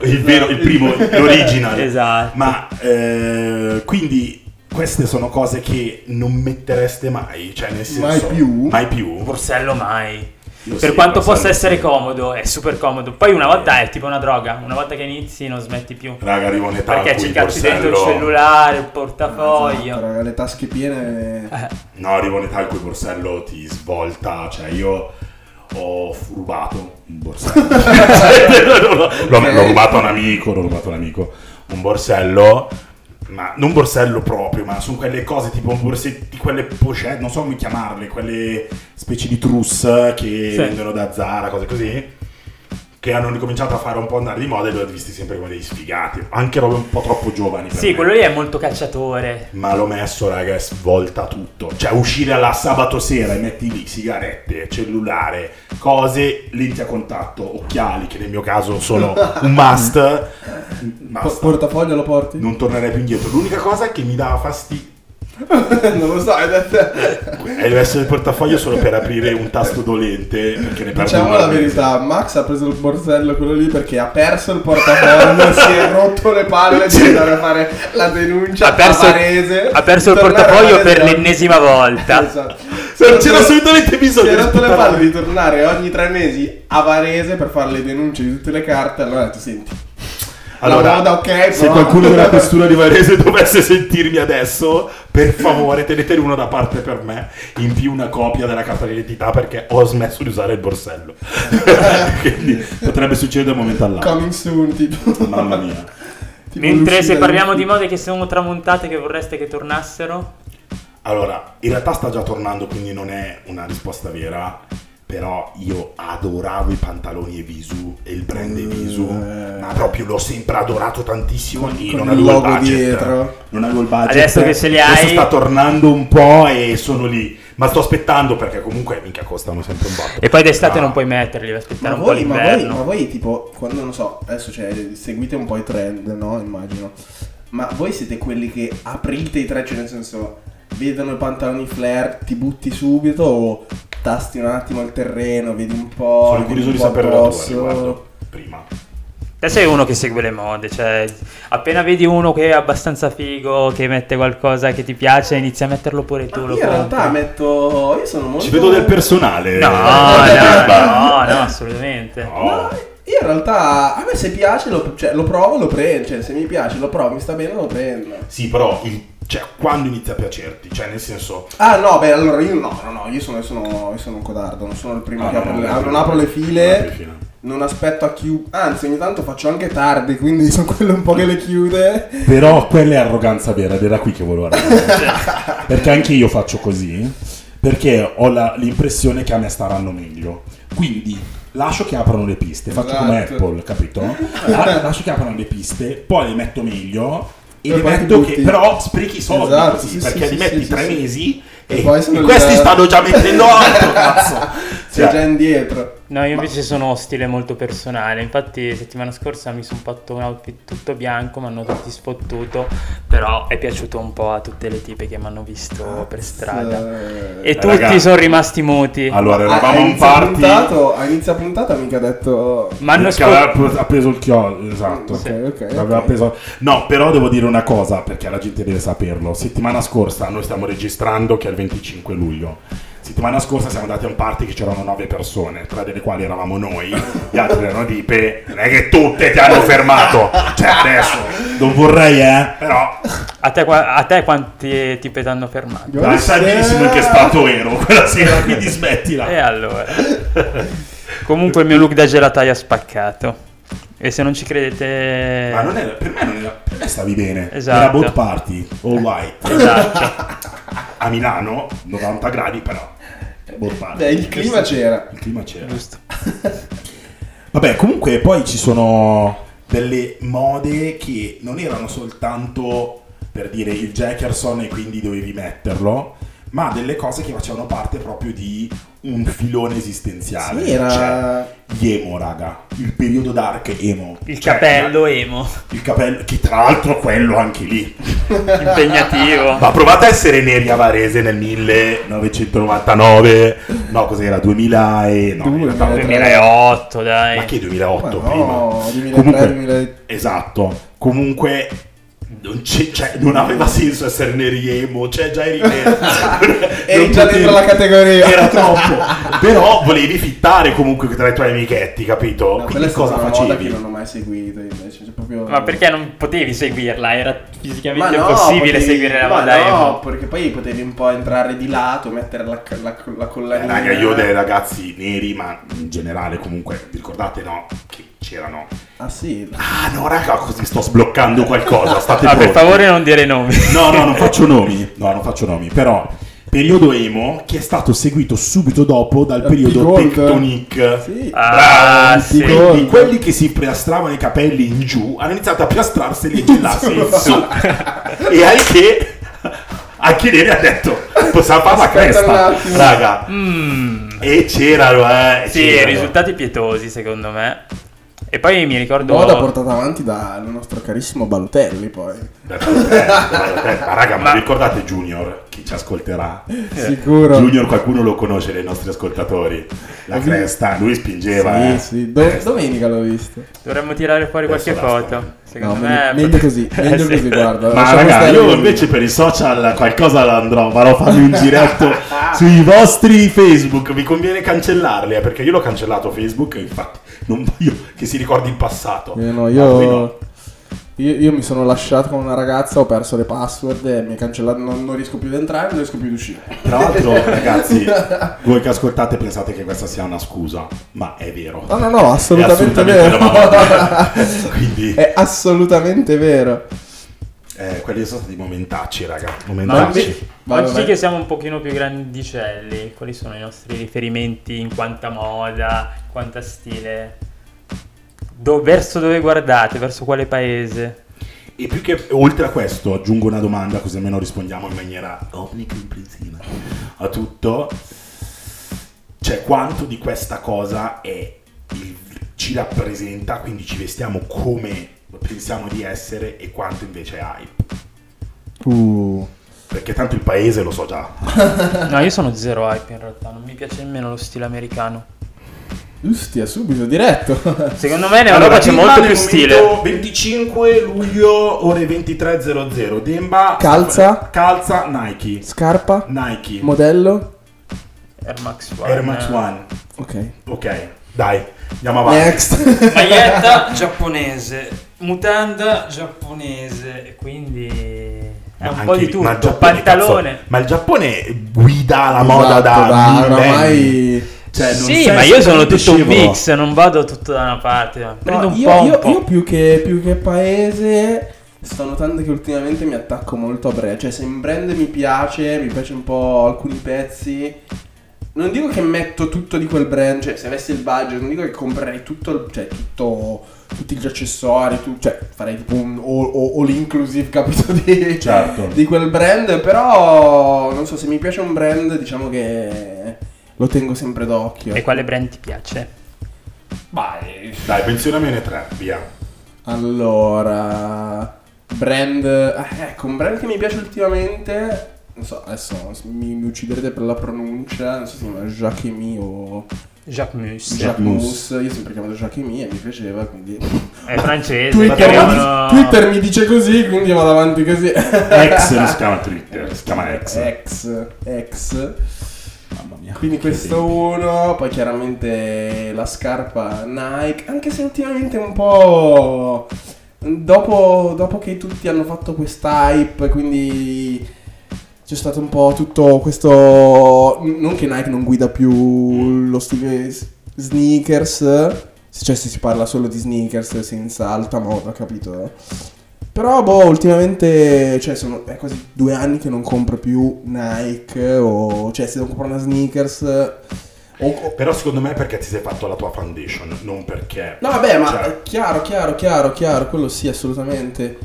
[SPEAKER 3] Il vero, il primo, l'original.
[SPEAKER 4] Esatto.
[SPEAKER 3] Ma eh, quindi queste sono cose che non mettereste mai, cioè nel senso...
[SPEAKER 2] Mai più?
[SPEAKER 3] Mai più?
[SPEAKER 4] Borsello mai.
[SPEAKER 3] Io
[SPEAKER 4] per
[SPEAKER 3] sì,
[SPEAKER 4] quanto
[SPEAKER 3] passare-
[SPEAKER 4] possa essere comodo, è super comodo. Poi una volta è tipo una droga, una volta che inizi non smetti più.
[SPEAKER 3] Raga, arriva un'età in
[SPEAKER 4] Perché
[SPEAKER 3] Ah, cui
[SPEAKER 4] ci
[SPEAKER 3] il
[SPEAKER 4] cazzi dentro il
[SPEAKER 3] borsello-
[SPEAKER 4] cellulare, il
[SPEAKER 2] Esatto,
[SPEAKER 4] portafoglio.
[SPEAKER 2] raga, le tasche piene.
[SPEAKER 3] No, arriva un'età in cui il borsello ti svolta, cioè io ho rubato un borsello. l'ho,
[SPEAKER 2] Ok.
[SPEAKER 3] l'ho rubato a un amico, l'ho rubato a un amico. Un borsello, ma non borsello proprio, ma sono quelle cose tipo borsetti, quelle pochette, non so come chiamarle, quelle specie di truss che
[SPEAKER 4] Sì.
[SPEAKER 3] vendono da Zara, cose così. Che hanno ricominciato a fare un po' andare di moda e li ho visti sempre come dei sfigati. Anche robe un po' troppo giovani. per
[SPEAKER 4] Sì,
[SPEAKER 3] me.
[SPEAKER 4] quello lì è molto cacciatore.
[SPEAKER 3] Ma l'ho messo, raga, e svolta tutto. Cioè, uscire alla sabato sera e metti lì sigarette, cellulare, cose, lenti a contatto, occhiali, che nel mio caso sono un must.
[SPEAKER 2] Po-
[SPEAKER 3] Basta.
[SPEAKER 2] portafoglio lo porti?
[SPEAKER 3] Non tornerei più indietro. L'unica cosa che mi dava fastidio
[SPEAKER 2] non lo so, è detto-
[SPEAKER 3] è Eh, il resto del portafoglio solo per aprire un tasto dolente, perché ne perdo
[SPEAKER 2] Diciamo
[SPEAKER 3] una
[SPEAKER 2] la
[SPEAKER 3] mezza.
[SPEAKER 2] verità, Max ha preso il borsello quello lì perché ha perso il portafoglio, si è rotto le palle di andare a fare la
[SPEAKER 3] Cioè,
[SPEAKER 2] denuncia a Varese,
[SPEAKER 4] ha perso il
[SPEAKER 2] tornare a
[SPEAKER 4] portafoglio per
[SPEAKER 2] Varese-
[SPEAKER 4] l'ennesima volta.
[SPEAKER 2] Esatto.
[SPEAKER 3] Se non c'era assolutamente bisogno
[SPEAKER 2] Si è
[SPEAKER 3] di
[SPEAKER 2] rotto le
[SPEAKER 3] sputarla.
[SPEAKER 2] palle di tornare ogni tre mesi a Varese per fare le denunce di tutte le carte, allora ho detto senti,
[SPEAKER 3] Allora,
[SPEAKER 2] La moda, ok,
[SPEAKER 3] se
[SPEAKER 2] però-
[SPEAKER 3] qualcuno della questura di Varese dovesse sentirmi adesso, per favore tenetene una da parte per me, in più una copia della carta d'identità perché ho smesso di usare il borsello. Quindi potrebbe succedere da un momento all'altro.
[SPEAKER 2] coming soon, tipo.
[SPEAKER 3] Mamma mia.
[SPEAKER 2] Tipo
[SPEAKER 4] Mentre
[SPEAKER 2] l'uscita
[SPEAKER 4] se
[SPEAKER 2] di-
[SPEAKER 4] parliamo di mode che sono tramontate, che vorreste che tornassero?
[SPEAKER 3] Allora, in realtà sta già tornando, quindi non è una risposta vera. Però io adoravo i pantaloni Evisu e il brand Evisu,
[SPEAKER 2] Eh.
[SPEAKER 3] ma proprio l'ho sempre adorato tantissimo
[SPEAKER 2] Con-
[SPEAKER 3] e
[SPEAKER 2] con
[SPEAKER 3] non
[SPEAKER 2] il
[SPEAKER 3] avevo il
[SPEAKER 2] logo
[SPEAKER 3] budget.
[SPEAKER 2] dietro.
[SPEAKER 3] Non avevo il budget.
[SPEAKER 4] Adesso che ce li hai-
[SPEAKER 3] Adesso sta tornando un po' e sono lì. Ma sto aspettando perché comunque minchia costano sempre un botto.
[SPEAKER 4] E poi d'estate
[SPEAKER 3] Ah.
[SPEAKER 4] non puoi metterli, devi aspettare
[SPEAKER 2] Ma
[SPEAKER 4] un po'
[SPEAKER 2] voi, ma, voi,
[SPEAKER 4] l'inverno.
[SPEAKER 2] ma voi, tipo, quando non so, adesso cioè, seguite un po' i trend, no? Immagino. Ma voi siete quelli che aprite i trend, cioè nel senso, vedono i pantaloni flare, ti butti subito o tasti un attimo il terreno, vedi un po'.
[SPEAKER 3] Sono
[SPEAKER 2] vedi
[SPEAKER 3] curioso
[SPEAKER 2] un
[SPEAKER 3] di
[SPEAKER 2] po'
[SPEAKER 3] sapere la tua
[SPEAKER 2] addosso?
[SPEAKER 3] riguardo. Prima.
[SPEAKER 4] Te sei uno che segue le mode, cioè appena vedi uno che è abbastanza figo, che mette qualcosa che ti piace, inizi a metterlo pure
[SPEAKER 2] Ma
[SPEAKER 4] tu.
[SPEAKER 2] io
[SPEAKER 4] lo
[SPEAKER 2] in realtà
[SPEAKER 4] compri.
[SPEAKER 2] metto. Io sono molto.
[SPEAKER 3] Ci vedo del personale. Eh,
[SPEAKER 4] No, no, no, no, assolutamente.
[SPEAKER 2] No, io in realtà a me se piace lo, cioè, lo provo, lo prendo. Cioè, se mi piace, lo provo, mi sta bene, lo prendo.
[SPEAKER 3] Sì, però il- cioè, quando inizia a piacerti? Cioè, nel senso,
[SPEAKER 2] Ah no, beh, allora io no, no, no, io sono, io sono, io sono un codardo, non sono il primo
[SPEAKER 3] Ah,
[SPEAKER 2] che
[SPEAKER 3] no,
[SPEAKER 2] apre
[SPEAKER 3] no,
[SPEAKER 2] le-
[SPEAKER 3] no,
[SPEAKER 2] non
[SPEAKER 3] no,
[SPEAKER 2] apro le
[SPEAKER 3] no, non apri le
[SPEAKER 2] file,
[SPEAKER 3] file.
[SPEAKER 2] non aspetto a chiudere, anzi ogni tanto faccio anche tardi, quindi sono quello un po' che le chiude.
[SPEAKER 5] Però quella è arroganza vera ed era qui che volevo arrivare. perché anche io faccio così, perché ho la- l'impressione che a me staranno meglio. Quindi lascio che aprano le piste, faccio come
[SPEAKER 2] Esatto.
[SPEAKER 5] Apple, capito? La- lascio che aprano le piste, poi le metto meglio e,
[SPEAKER 2] E
[SPEAKER 5] le
[SPEAKER 2] poi ti
[SPEAKER 5] metto
[SPEAKER 2] butti.
[SPEAKER 5] che però sprechi i soldi
[SPEAKER 2] Esatto,
[SPEAKER 5] così,
[SPEAKER 2] sì,
[SPEAKER 5] perché li
[SPEAKER 2] sì, sì,
[SPEAKER 5] metti
[SPEAKER 2] sì,
[SPEAKER 5] tre
[SPEAKER 2] sì.
[SPEAKER 5] mesi
[SPEAKER 2] E
[SPEAKER 5] e,
[SPEAKER 2] poi sono
[SPEAKER 5] e questi
[SPEAKER 2] già-
[SPEAKER 5] stanno già mettendo altro, cazzo.
[SPEAKER 2] Sei
[SPEAKER 5] Cioè,
[SPEAKER 2] già indietro.
[SPEAKER 4] No, io invece sono uno stile molto personale. Infatti, settimana scorsa mi sono fatto un outfit tutto bianco, mi hanno tutti sfottuto. Però è piaciuto un po' a tutte le tipe che mi hanno visto per strada.
[SPEAKER 2] Eh,
[SPEAKER 4] E
[SPEAKER 3] Beh,
[SPEAKER 4] tutti
[SPEAKER 3] raga.
[SPEAKER 4] sono rimasti muti.
[SPEAKER 3] Allora,
[SPEAKER 2] a- a
[SPEAKER 3] eravamo un
[SPEAKER 2] inizio
[SPEAKER 3] party.
[SPEAKER 2] puntata- a inizio puntata mica ha detto...
[SPEAKER 4] Ma hanno
[SPEAKER 3] Eh,
[SPEAKER 5] che
[SPEAKER 4] sfo-
[SPEAKER 5] aveva pre- appeso il chiodo, esatto.
[SPEAKER 2] Ok, ok.
[SPEAKER 5] Aveva
[SPEAKER 2] ok.
[SPEAKER 5] preso-
[SPEAKER 3] No, però devo dire una cosa perché la gente deve saperlo. Settimana scorsa noi stiamo registrando che è il 25 luglio. Settimana scorsa siamo andati a un party che c'erano nove persone, tre delle quali eravamo noi, gli altri erano tipe. Non è che tutte ti hanno fermato. Cioè, adesso
[SPEAKER 5] Non vorrei, eh.
[SPEAKER 3] però
[SPEAKER 4] A te, qua- a te quanti tipe ti hanno fermato?
[SPEAKER 3] dai, sai benissimo in che stato ero quella sera, quindi smettila.
[SPEAKER 5] Eh,
[SPEAKER 4] E allora. Comunque il mio look da gelataia è spaccato. E se non ci credete.
[SPEAKER 3] Ma non era, per me non era.
[SPEAKER 5] Per me stavi bene.
[SPEAKER 4] Eh. Esatto.
[SPEAKER 5] Era boat party, all right.
[SPEAKER 4] Esatto.
[SPEAKER 3] A Milano 90 gradi, però. Boh, party.
[SPEAKER 2] Beh, il clima c'era.
[SPEAKER 3] Il clima c'era.
[SPEAKER 4] Giusto.
[SPEAKER 5] Vabbè, comunque poi ci sono...
[SPEAKER 3] delle mode che non erano soltanto per dire il Jackerson e quindi dovevi metterlo, ma delle cose che facevano parte proprio di un filone esistenziale.
[SPEAKER 2] Sì, era-
[SPEAKER 3] Cioè, gli emo, raga. Il periodo dark emo.
[SPEAKER 4] Il
[SPEAKER 3] Cioè,
[SPEAKER 4] capello emo.
[SPEAKER 3] Il capello, che tra l'altro quello anche lì.
[SPEAKER 4] Impegnativo.
[SPEAKER 3] Ma provate a essere neri a Varese nel 1999. No, cos'era? 2000 e... No,
[SPEAKER 2] Due,
[SPEAKER 3] 2008.
[SPEAKER 4] 2008, dai.
[SPEAKER 3] Ma che 2008
[SPEAKER 2] Ma
[SPEAKER 3] prima?
[SPEAKER 2] no, 2003,
[SPEAKER 3] Comunque-
[SPEAKER 2] 2000
[SPEAKER 3] Esatto, comunque non, c'è- cioè, non aveva senso essere neri emo, cioè già eri nero.
[SPEAKER 2] Eri
[SPEAKER 3] Non
[SPEAKER 2] già
[SPEAKER 3] potevi-
[SPEAKER 2] dentro la categoria.
[SPEAKER 3] Era troppo. Però volevi fittare comunque tra i tuoi amichetti, capito?
[SPEAKER 2] No, quella
[SPEAKER 3] Quindi
[SPEAKER 2] è
[SPEAKER 3] cosa
[SPEAKER 2] stata una moda che
[SPEAKER 3] facevi?
[SPEAKER 2] non ho mai seguito invece. Cioè, proprio...
[SPEAKER 4] Ma perché non potevi seguirla? Era
[SPEAKER 2] Ma
[SPEAKER 4] fisicamente
[SPEAKER 2] no,
[SPEAKER 4] impossibile
[SPEAKER 2] potevi-
[SPEAKER 4] seguire la
[SPEAKER 2] ma
[SPEAKER 4] moda eh.
[SPEAKER 2] no,
[SPEAKER 4] emo.
[SPEAKER 2] perché poi potevi un po' entrare di lato, mettere la, la, la
[SPEAKER 3] Eh,
[SPEAKER 2] collanina.
[SPEAKER 3] Raga, io dei ragazzi neri, ma in generale comunque, vi ricordate no? Che c'erano.
[SPEAKER 2] Ah sì,
[SPEAKER 3] Ah no, raga, così sto sbloccando qualcosa, state
[SPEAKER 4] Ah, per
[SPEAKER 3] pronti.
[SPEAKER 4] favore non dire nomi.
[SPEAKER 5] No, no, non faccio nomi. No, non faccio nomi. Però, periodo emo che è stato seguito subito dopo dal
[SPEAKER 2] Dal
[SPEAKER 5] periodo
[SPEAKER 2] P-Gold.
[SPEAKER 5] Tectonic.
[SPEAKER 2] sì.
[SPEAKER 4] Ah,
[SPEAKER 5] Bravo,
[SPEAKER 4] sì.
[SPEAKER 5] Quindi quelli che si piastravano i capelli in giù hanno iniziato a piastrarseli e gellarsi in su. e anche, anche Neri ha detto: Possiamo fare la
[SPEAKER 2] Aspetta un
[SPEAKER 3] cresta,
[SPEAKER 2] attimo.
[SPEAKER 3] raga.
[SPEAKER 4] Mm.
[SPEAKER 3] E c'erano, eh.
[SPEAKER 4] Sì,
[SPEAKER 3] c'erano.
[SPEAKER 4] risultati pietosi secondo me. E poi mi ricordo...
[SPEAKER 2] Moda portata avanti dal nostro carissimo Balutelli poi.
[SPEAKER 3] Beh, beh, beh, Eh, Ma raga, ma
[SPEAKER 4] Ma-
[SPEAKER 3] ricordate Junior? Chi ci ascolterà?
[SPEAKER 2] Sicuro.
[SPEAKER 3] Junior, qualcuno lo conosce dei nostri ascoltatori. La
[SPEAKER 2] Sì.
[SPEAKER 3] cresta, lui spingeva. eh.
[SPEAKER 2] Sì, sì. Do-
[SPEAKER 3] Cresta.
[SPEAKER 2] domenica l'ho visto.
[SPEAKER 4] Dovremmo tirare fuori
[SPEAKER 3] Adesso
[SPEAKER 4] qualche
[SPEAKER 3] basta.
[SPEAKER 4] foto. Secondo
[SPEAKER 2] No,
[SPEAKER 4] me...
[SPEAKER 2] meglio- meglio così, meglio
[SPEAKER 4] sì.
[SPEAKER 2] così, guarda.
[SPEAKER 3] Ma
[SPEAKER 2] Lasciamo
[SPEAKER 3] raga,
[SPEAKER 2] stare
[SPEAKER 3] io
[SPEAKER 2] così.
[SPEAKER 3] invece per i social qualcosa andrò, farò farmi un giretto sui vostri Facebook. Vi conviene cancellarli, eh, perché io l'ho cancellato Facebook, infatti non voglio che si ricordi il passato.
[SPEAKER 2] Eh, no,
[SPEAKER 3] Ma
[SPEAKER 2] io,
[SPEAKER 3] voi Ecco. Ah, no.
[SPEAKER 2] io, io mi sono lasciato con una ragazza, ho perso le password e mi ha cancellato, non, non riesco più ad entrare, non riesco più ad uscire.
[SPEAKER 3] Tra l'altro, ragazzi, voi che ascoltate pensate che questa sia una scusa, ma è vero.
[SPEAKER 2] Ah, No, no, no,
[SPEAKER 3] È
[SPEAKER 2] assolutamente vero.
[SPEAKER 3] vero. Quindi,
[SPEAKER 2] È assolutamente vero.
[SPEAKER 3] eh, quelli sono stati momentacci, raga.
[SPEAKER 2] Ma
[SPEAKER 3] Momentacci.
[SPEAKER 2] mi- vai,
[SPEAKER 4] Oggi
[SPEAKER 2] vai.
[SPEAKER 4] che siamo un pochino più grandicelli, quali sono i nostri riferimenti in quanta moda, in quanta stile? Do- verso dove guardate, verso quale paese?
[SPEAKER 3] E più che oltre a questo, aggiungo una domanda, così almeno rispondiamo in maniera omnicomprensiva a tutto. Cioè, quanto di questa cosa è il- ci rappresenta, quindi ci vestiamo come pensiamo di essere, e quanto invece è hype?
[SPEAKER 2] Uh.
[SPEAKER 3] Perché tanto il paese lo so già.
[SPEAKER 4] No, io sono zero hype in realtà, non mi piace nemmeno lo stile americano.
[SPEAKER 2] Ustia, subito, diretto.
[SPEAKER 4] Secondo me in Europa c'è molto più stile.
[SPEAKER 3] 25 luglio, ore 23.00. Demba.
[SPEAKER 2] Calza?
[SPEAKER 3] Calza Nike.
[SPEAKER 2] Scarpa,
[SPEAKER 3] Nike.
[SPEAKER 2] modello.
[SPEAKER 4] Air Max One.
[SPEAKER 3] Air Max One.
[SPEAKER 2] Ok.
[SPEAKER 3] Ok, dai, andiamo avanti.
[SPEAKER 2] Next.
[SPEAKER 4] Maglietta giapponese, mutanda giapponese, e quindi è un
[SPEAKER 3] Ma
[SPEAKER 4] po'
[SPEAKER 3] Eh, anche-
[SPEAKER 4] di
[SPEAKER 3] ma il
[SPEAKER 4] tutto,
[SPEAKER 3] Giappone,
[SPEAKER 4] pantalone.
[SPEAKER 3] cazzo, ma il Giappone guida la moda da,
[SPEAKER 2] Esatto, da
[SPEAKER 3] millenni.
[SPEAKER 2] oramai...
[SPEAKER 3] Cioè, non
[SPEAKER 4] sì,
[SPEAKER 3] sei
[SPEAKER 4] ma io sono
[SPEAKER 3] assolutamente
[SPEAKER 4] tutto un
[SPEAKER 3] scivolo.
[SPEAKER 4] mix, non vado tutto da una parte. ma
[SPEAKER 2] No,
[SPEAKER 4] Prendo un
[SPEAKER 2] io,
[SPEAKER 4] po'. un
[SPEAKER 2] io-
[SPEAKER 4] po'.
[SPEAKER 2] io più, che, più che paese sto notando che ultimamente mi attacco molto a brand. Cioè, se un brand mi piace, mi piace un po' alcuni pezzi. Non dico che metto tutto di quel brand, cioè se avessi il budget, non dico che comprerei tutto, il- cioè tutto, tutti gli accessori, tu- cioè farei tipo un all, all- all inclusive, capito? Di,
[SPEAKER 5] Certo.
[SPEAKER 2] di quel brand, però non so, se mi piace un brand, diciamo che lo tengo sempre d'occhio.
[SPEAKER 4] E quale brand ti piace?
[SPEAKER 3] Dai, menzionamene tre, via.
[SPEAKER 2] Allora, brand. eh, Ecco, un brand che mi piace ultimamente. Non so, adesso mi, mi ucciderete per la pronuncia. Non so se si chiama Jacquemie o
[SPEAKER 4] Jacquemus.
[SPEAKER 2] Jacquemus. Io ho sempre chiamato Jacquemie e mi piaceva, quindi.
[SPEAKER 4] È francese.
[SPEAKER 2] Twitter,
[SPEAKER 4] parliamo-
[SPEAKER 2] Twitter mi dice così, quindi vado avanti così.
[SPEAKER 5] Ex non si chiama Twitter, si chiama Ex.
[SPEAKER 2] Ex, ex.
[SPEAKER 5] Mamma
[SPEAKER 3] Ah,
[SPEAKER 5] mia.
[SPEAKER 2] Quindi questo uno, poi chiaramente la scarpa Nike, anche se ultimamente un po'... Dopo, dopo che tutti hanno fatto questa hype, quindi c'è stato un po' tutto questo... Non che Nike non guida più lo stile s- sneakers, cioè se si parla solo di sneakers senza alta moda, capito? Però, boh, ultimamente, cioè, sono è quasi due anni che non compro più Nike o... Cioè, se devo comprare una sneakers... O, o-
[SPEAKER 3] Però secondo me è perché ti sei fatto la tua foundation, non perché...
[SPEAKER 2] No, vabbè, ma
[SPEAKER 3] Cioè,
[SPEAKER 2] è chiaro, chiaro, chiaro, chiaro, quello sì, assolutamente.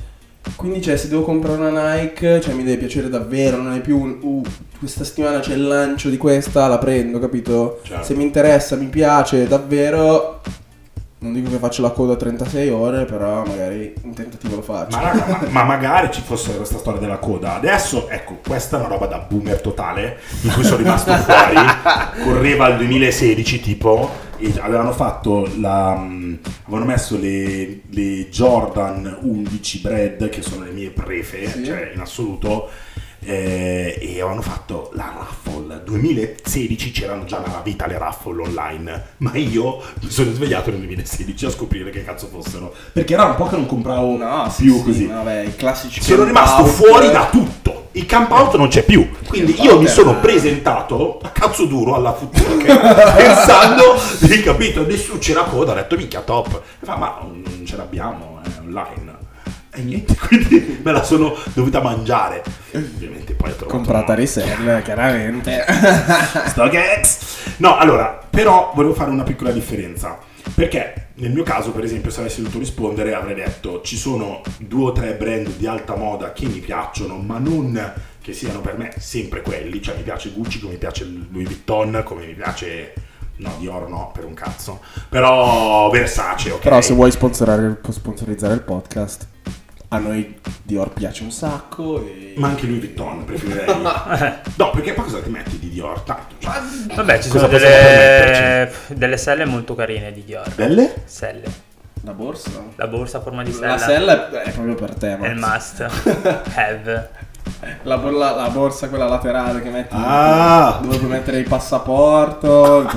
[SPEAKER 2] Quindi, cioè, se devo comprare una Nike, cioè, mi deve piacere davvero, non è più un... Uh, questa settimana c'è il lancio di questa, la prendo, capito?
[SPEAKER 3] Certo.
[SPEAKER 2] Se mi interessa, mi piace, davvero... Non dico che faccio la coda 36 ore, però magari un tentativo lo faccio.
[SPEAKER 3] ma, raga, ma- ma magari ci fosse questa storia della coda. Adesso, ecco, questa è una roba da boomer totale, in cui sono rimasto fuori. Correva il 2016, tipo, e avevano fatto la mm, avevano messo le, le Jordan 11 Bread che sono le mie prefe
[SPEAKER 2] Sì.
[SPEAKER 3] cioè in assoluto eh, e avevano fatto la raffle 2016 c'erano già la vita le raffle online ma io mi sono svegliato nel 2016 a scoprire che cazzo fossero perché era un po' che non compravo
[SPEAKER 2] No, sì,
[SPEAKER 3] più
[SPEAKER 2] sì,
[SPEAKER 3] così
[SPEAKER 2] ma Vabbè, i classici.
[SPEAKER 3] sono rimasto
[SPEAKER 2] camp out. esatto.
[SPEAKER 3] fuori da tutto. Il camp out non c'è più. Quindi
[SPEAKER 2] Camp
[SPEAKER 3] io
[SPEAKER 2] out
[SPEAKER 3] mi
[SPEAKER 2] è-
[SPEAKER 3] sono presentato a cazzo duro alla Footlocker pensando di capito, nessuno c'era coda, ho detto minchia top. E fa, ma non ce l'abbiamo, è online. E niente, quindi me la sono dovuta mangiare. Ovviamente poi ho trovato
[SPEAKER 2] Comprata
[SPEAKER 3] no.
[SPEAKER 2] resell, chiaramente.
[SPEAKER 3] Stogex. No, allora, però volevo fare una piccola differenza. Perché nel mio caso, per esempio, se avessi dovuto rispondere, avrei detto ci sono due o tre brand di alta moda che mi piacciono, ma non che siano per me sempre quelli. Cioè, mi piace Gucci, come mi piace Louis Vuitton, come mi piace. No, Dior no, per un cazzo. Però Versace, ok.
[SPEAKER 2] Però se vuoi sponsorare- sponsorizzare il podcast, a noi Dior piace un sacco. E...
[SPEAKER 3] Ma anche Louis Vuitton, preferirei. no, perché poi cosa ti metti di Dior? Tanto, cioè,
[SPEAKER 4] Vabbè, ci
[SPEAKER 3] Cosa
[SPEAKER 4] sono
[SPEAKER 3] possiamo
[SPEAKER 4] delle, delle selle molto carine di Dior.
[SPEAKER 3] belle?
[SPEAKER 4] Selle.
[SPEAKER 2] La borsa?
[SPEAKER 4] La borsa a forma di sella.
[SPEAKER 2] La sella è è proprio per te.
[SPEAKER 4] è il
[SPEAKER 2] Max.
[SPEAKER 4] must. Have.
[SPEAKER 2] La, bo- la- la borsa quella laterale che metti
[SPEAKER 3] Ah!
[SPEAKER 2] dove puoi mettere il passaporto.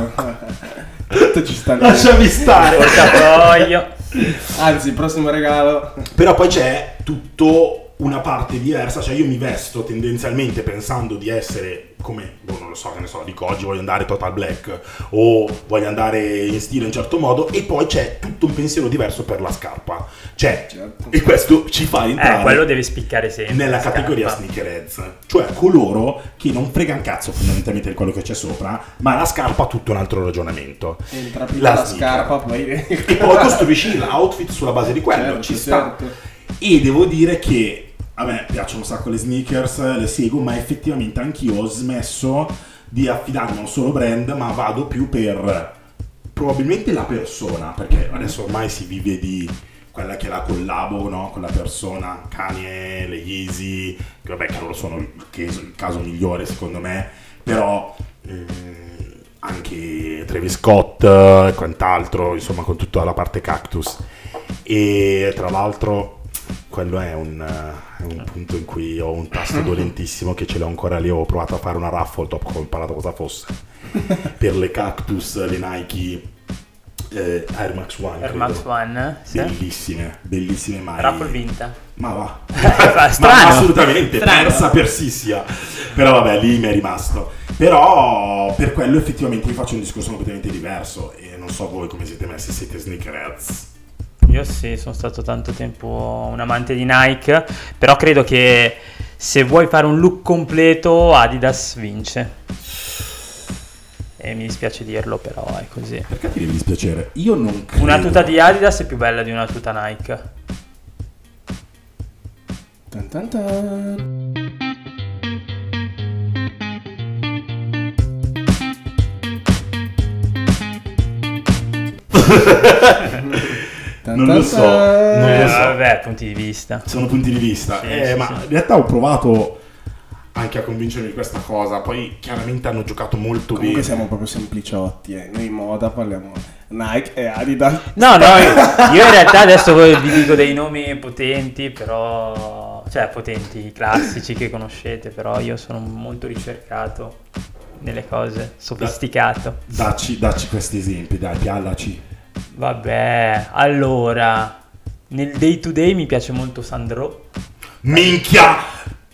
[SPEAKER 2] Tutto ci sta dentro.
[SPEAKER 3] Lasciami stare!
[SPEAKER 4] Portafoglio. Eh,
[SPEAKER 2] Anzi, il prossimo regalo.
[SPEAKER 3] Però poi c'è tutto una parte diversa, cioè io mi vesto tendenzialmente pensando di essere come, boh, non lo so, che ne so, dico oggi voglio andare total black o voglio andare in stile in un certo modo e poi c'è tutto un pensiero diverso per la scarpa. Cioè,
[SPEAKER 2] Certo.
[SPEAKER 3] e questo ci fa entrare
[SPEAKER 4] Eh, quello devi spiccare sempre.
[SPEAKER 3] nella
[SPEAKER 4] scarpa.
[SPEAKER 3] categoria sneakerheads, cioè coloro che non frega un cazzo fondamentalmente di quello che c'è sopra, ma la scarpa ha tutto un altro ragionamento.
[SPEAKER 2] Entra prima la,
[SPEAKER 3] sneaker.
[SPEAKER 2] scarpa, poi.
[SPEAKER 3] E poi costruisci l'outfit sulla base di quello,
[SPEAKER 2] Certo,
[SPEAKER 3] ci sta.
[SPEAKER 2] certo.
[SPEAKER 3] E devo dire che a me piacciono un sacco le sneakers, le seguo, ma effettivamente anch'io ho smesso di affidarmi a un solo brand, ma vado più per probabilmente la persona, perché adesso ormai si vive di quella che è la collabo no? con la persona, Kanye, le Yeezy, che vabbè che loro sono il caso, il caso migliore secondo me, però ehm, anche Travis Scott eh, e quant'altro, insomma con tutta la parte cactus. E tra l'altro quello è un, eh, è un punto in cui ho un tasto dolentissimo che ce l'ho ancora lì, ho provato a fare una raffle, dopo che ho imparato cosa fosse. Per le cactus, le Nike eh, Air Max One.
[SPEAKER 4] Air
[SPEAKER 3] credo.
[SPEAKER 4] Max One. Sì.
[SPEAKER 3] Bellissime, bellissime mai.
[SPEAKER 4] Raffle vinta.
[SPEAKER 3] Ma va.
[SPEAKER 4] Fa
[SPEAKER 3] Ma
[SPEAKER 4] strano.
[SPEAKER 3] assolutamente,
[SPEAKER 4] Strano.
[SPEAKER 3] persa per Sissia. Però vabbè, lì mi è rimasto. Però per quello effettivamente io faccio un discorso completamente diverso e non so voi come siete messi, siete sneakerheads.
[SPEAKER 4] Io sì, sono stato tanto tempo un amante di Nike, però credo che se vuoi fare un look completo Adidas vince. E mi dispiace dirlo, però è così.
[SPEAKER 3] Perché ti devi dispiacere? Io non credo.
[SPEAKER 4] Una tuta di Adidas è più bella di una tuta Nike.
[SPEAKER 2] Tan tan tan. Tan
[SPEAKER 3] Non
[SPEAKER 2] tan
[SPEAKER 3] lo so,
[SPEAKER 2] tan.
[SPEAKER 3] non
[SPEAKER 4] Eh,
[SPEAKER 3] lo so.
[SPEAKER 4] vabbè, punti di vista.
[SPEAKER 3] sono punti di vista.
[SPEAKER 4] Sì,
[SPEAKER 3] Eh,
[SPEAKER 4] sì,
[SPEAKER 3] ma
[SPEAKER 4] sì.
[SPEAKER 3] in realtà ho provato anche a convincermi di questa cosa. Poi chiaramente hanno giocato molto
[SPEAKER 2] Comunque
[SPEAKER 3] bene.
[SPEAKER 2] siamo proprio sempliciotti, eh. noi in moda parliamo Nike e Adidas.
[SPEAKER 4] No, no, io, io in realtà adesso voi vi dico dei nomi potenti, però... Cioè, potenti, classici che conoscete, però io sono molto ricercato nelle cose, sofisticato.
[SPEAKER 3] Dacci, dacci questi esempi, dai, piallaci.
[SPEAKER 4] Vabbè, allora, nel day to day mi piace molto Sandro.
[SPEAKER 3] Minchia!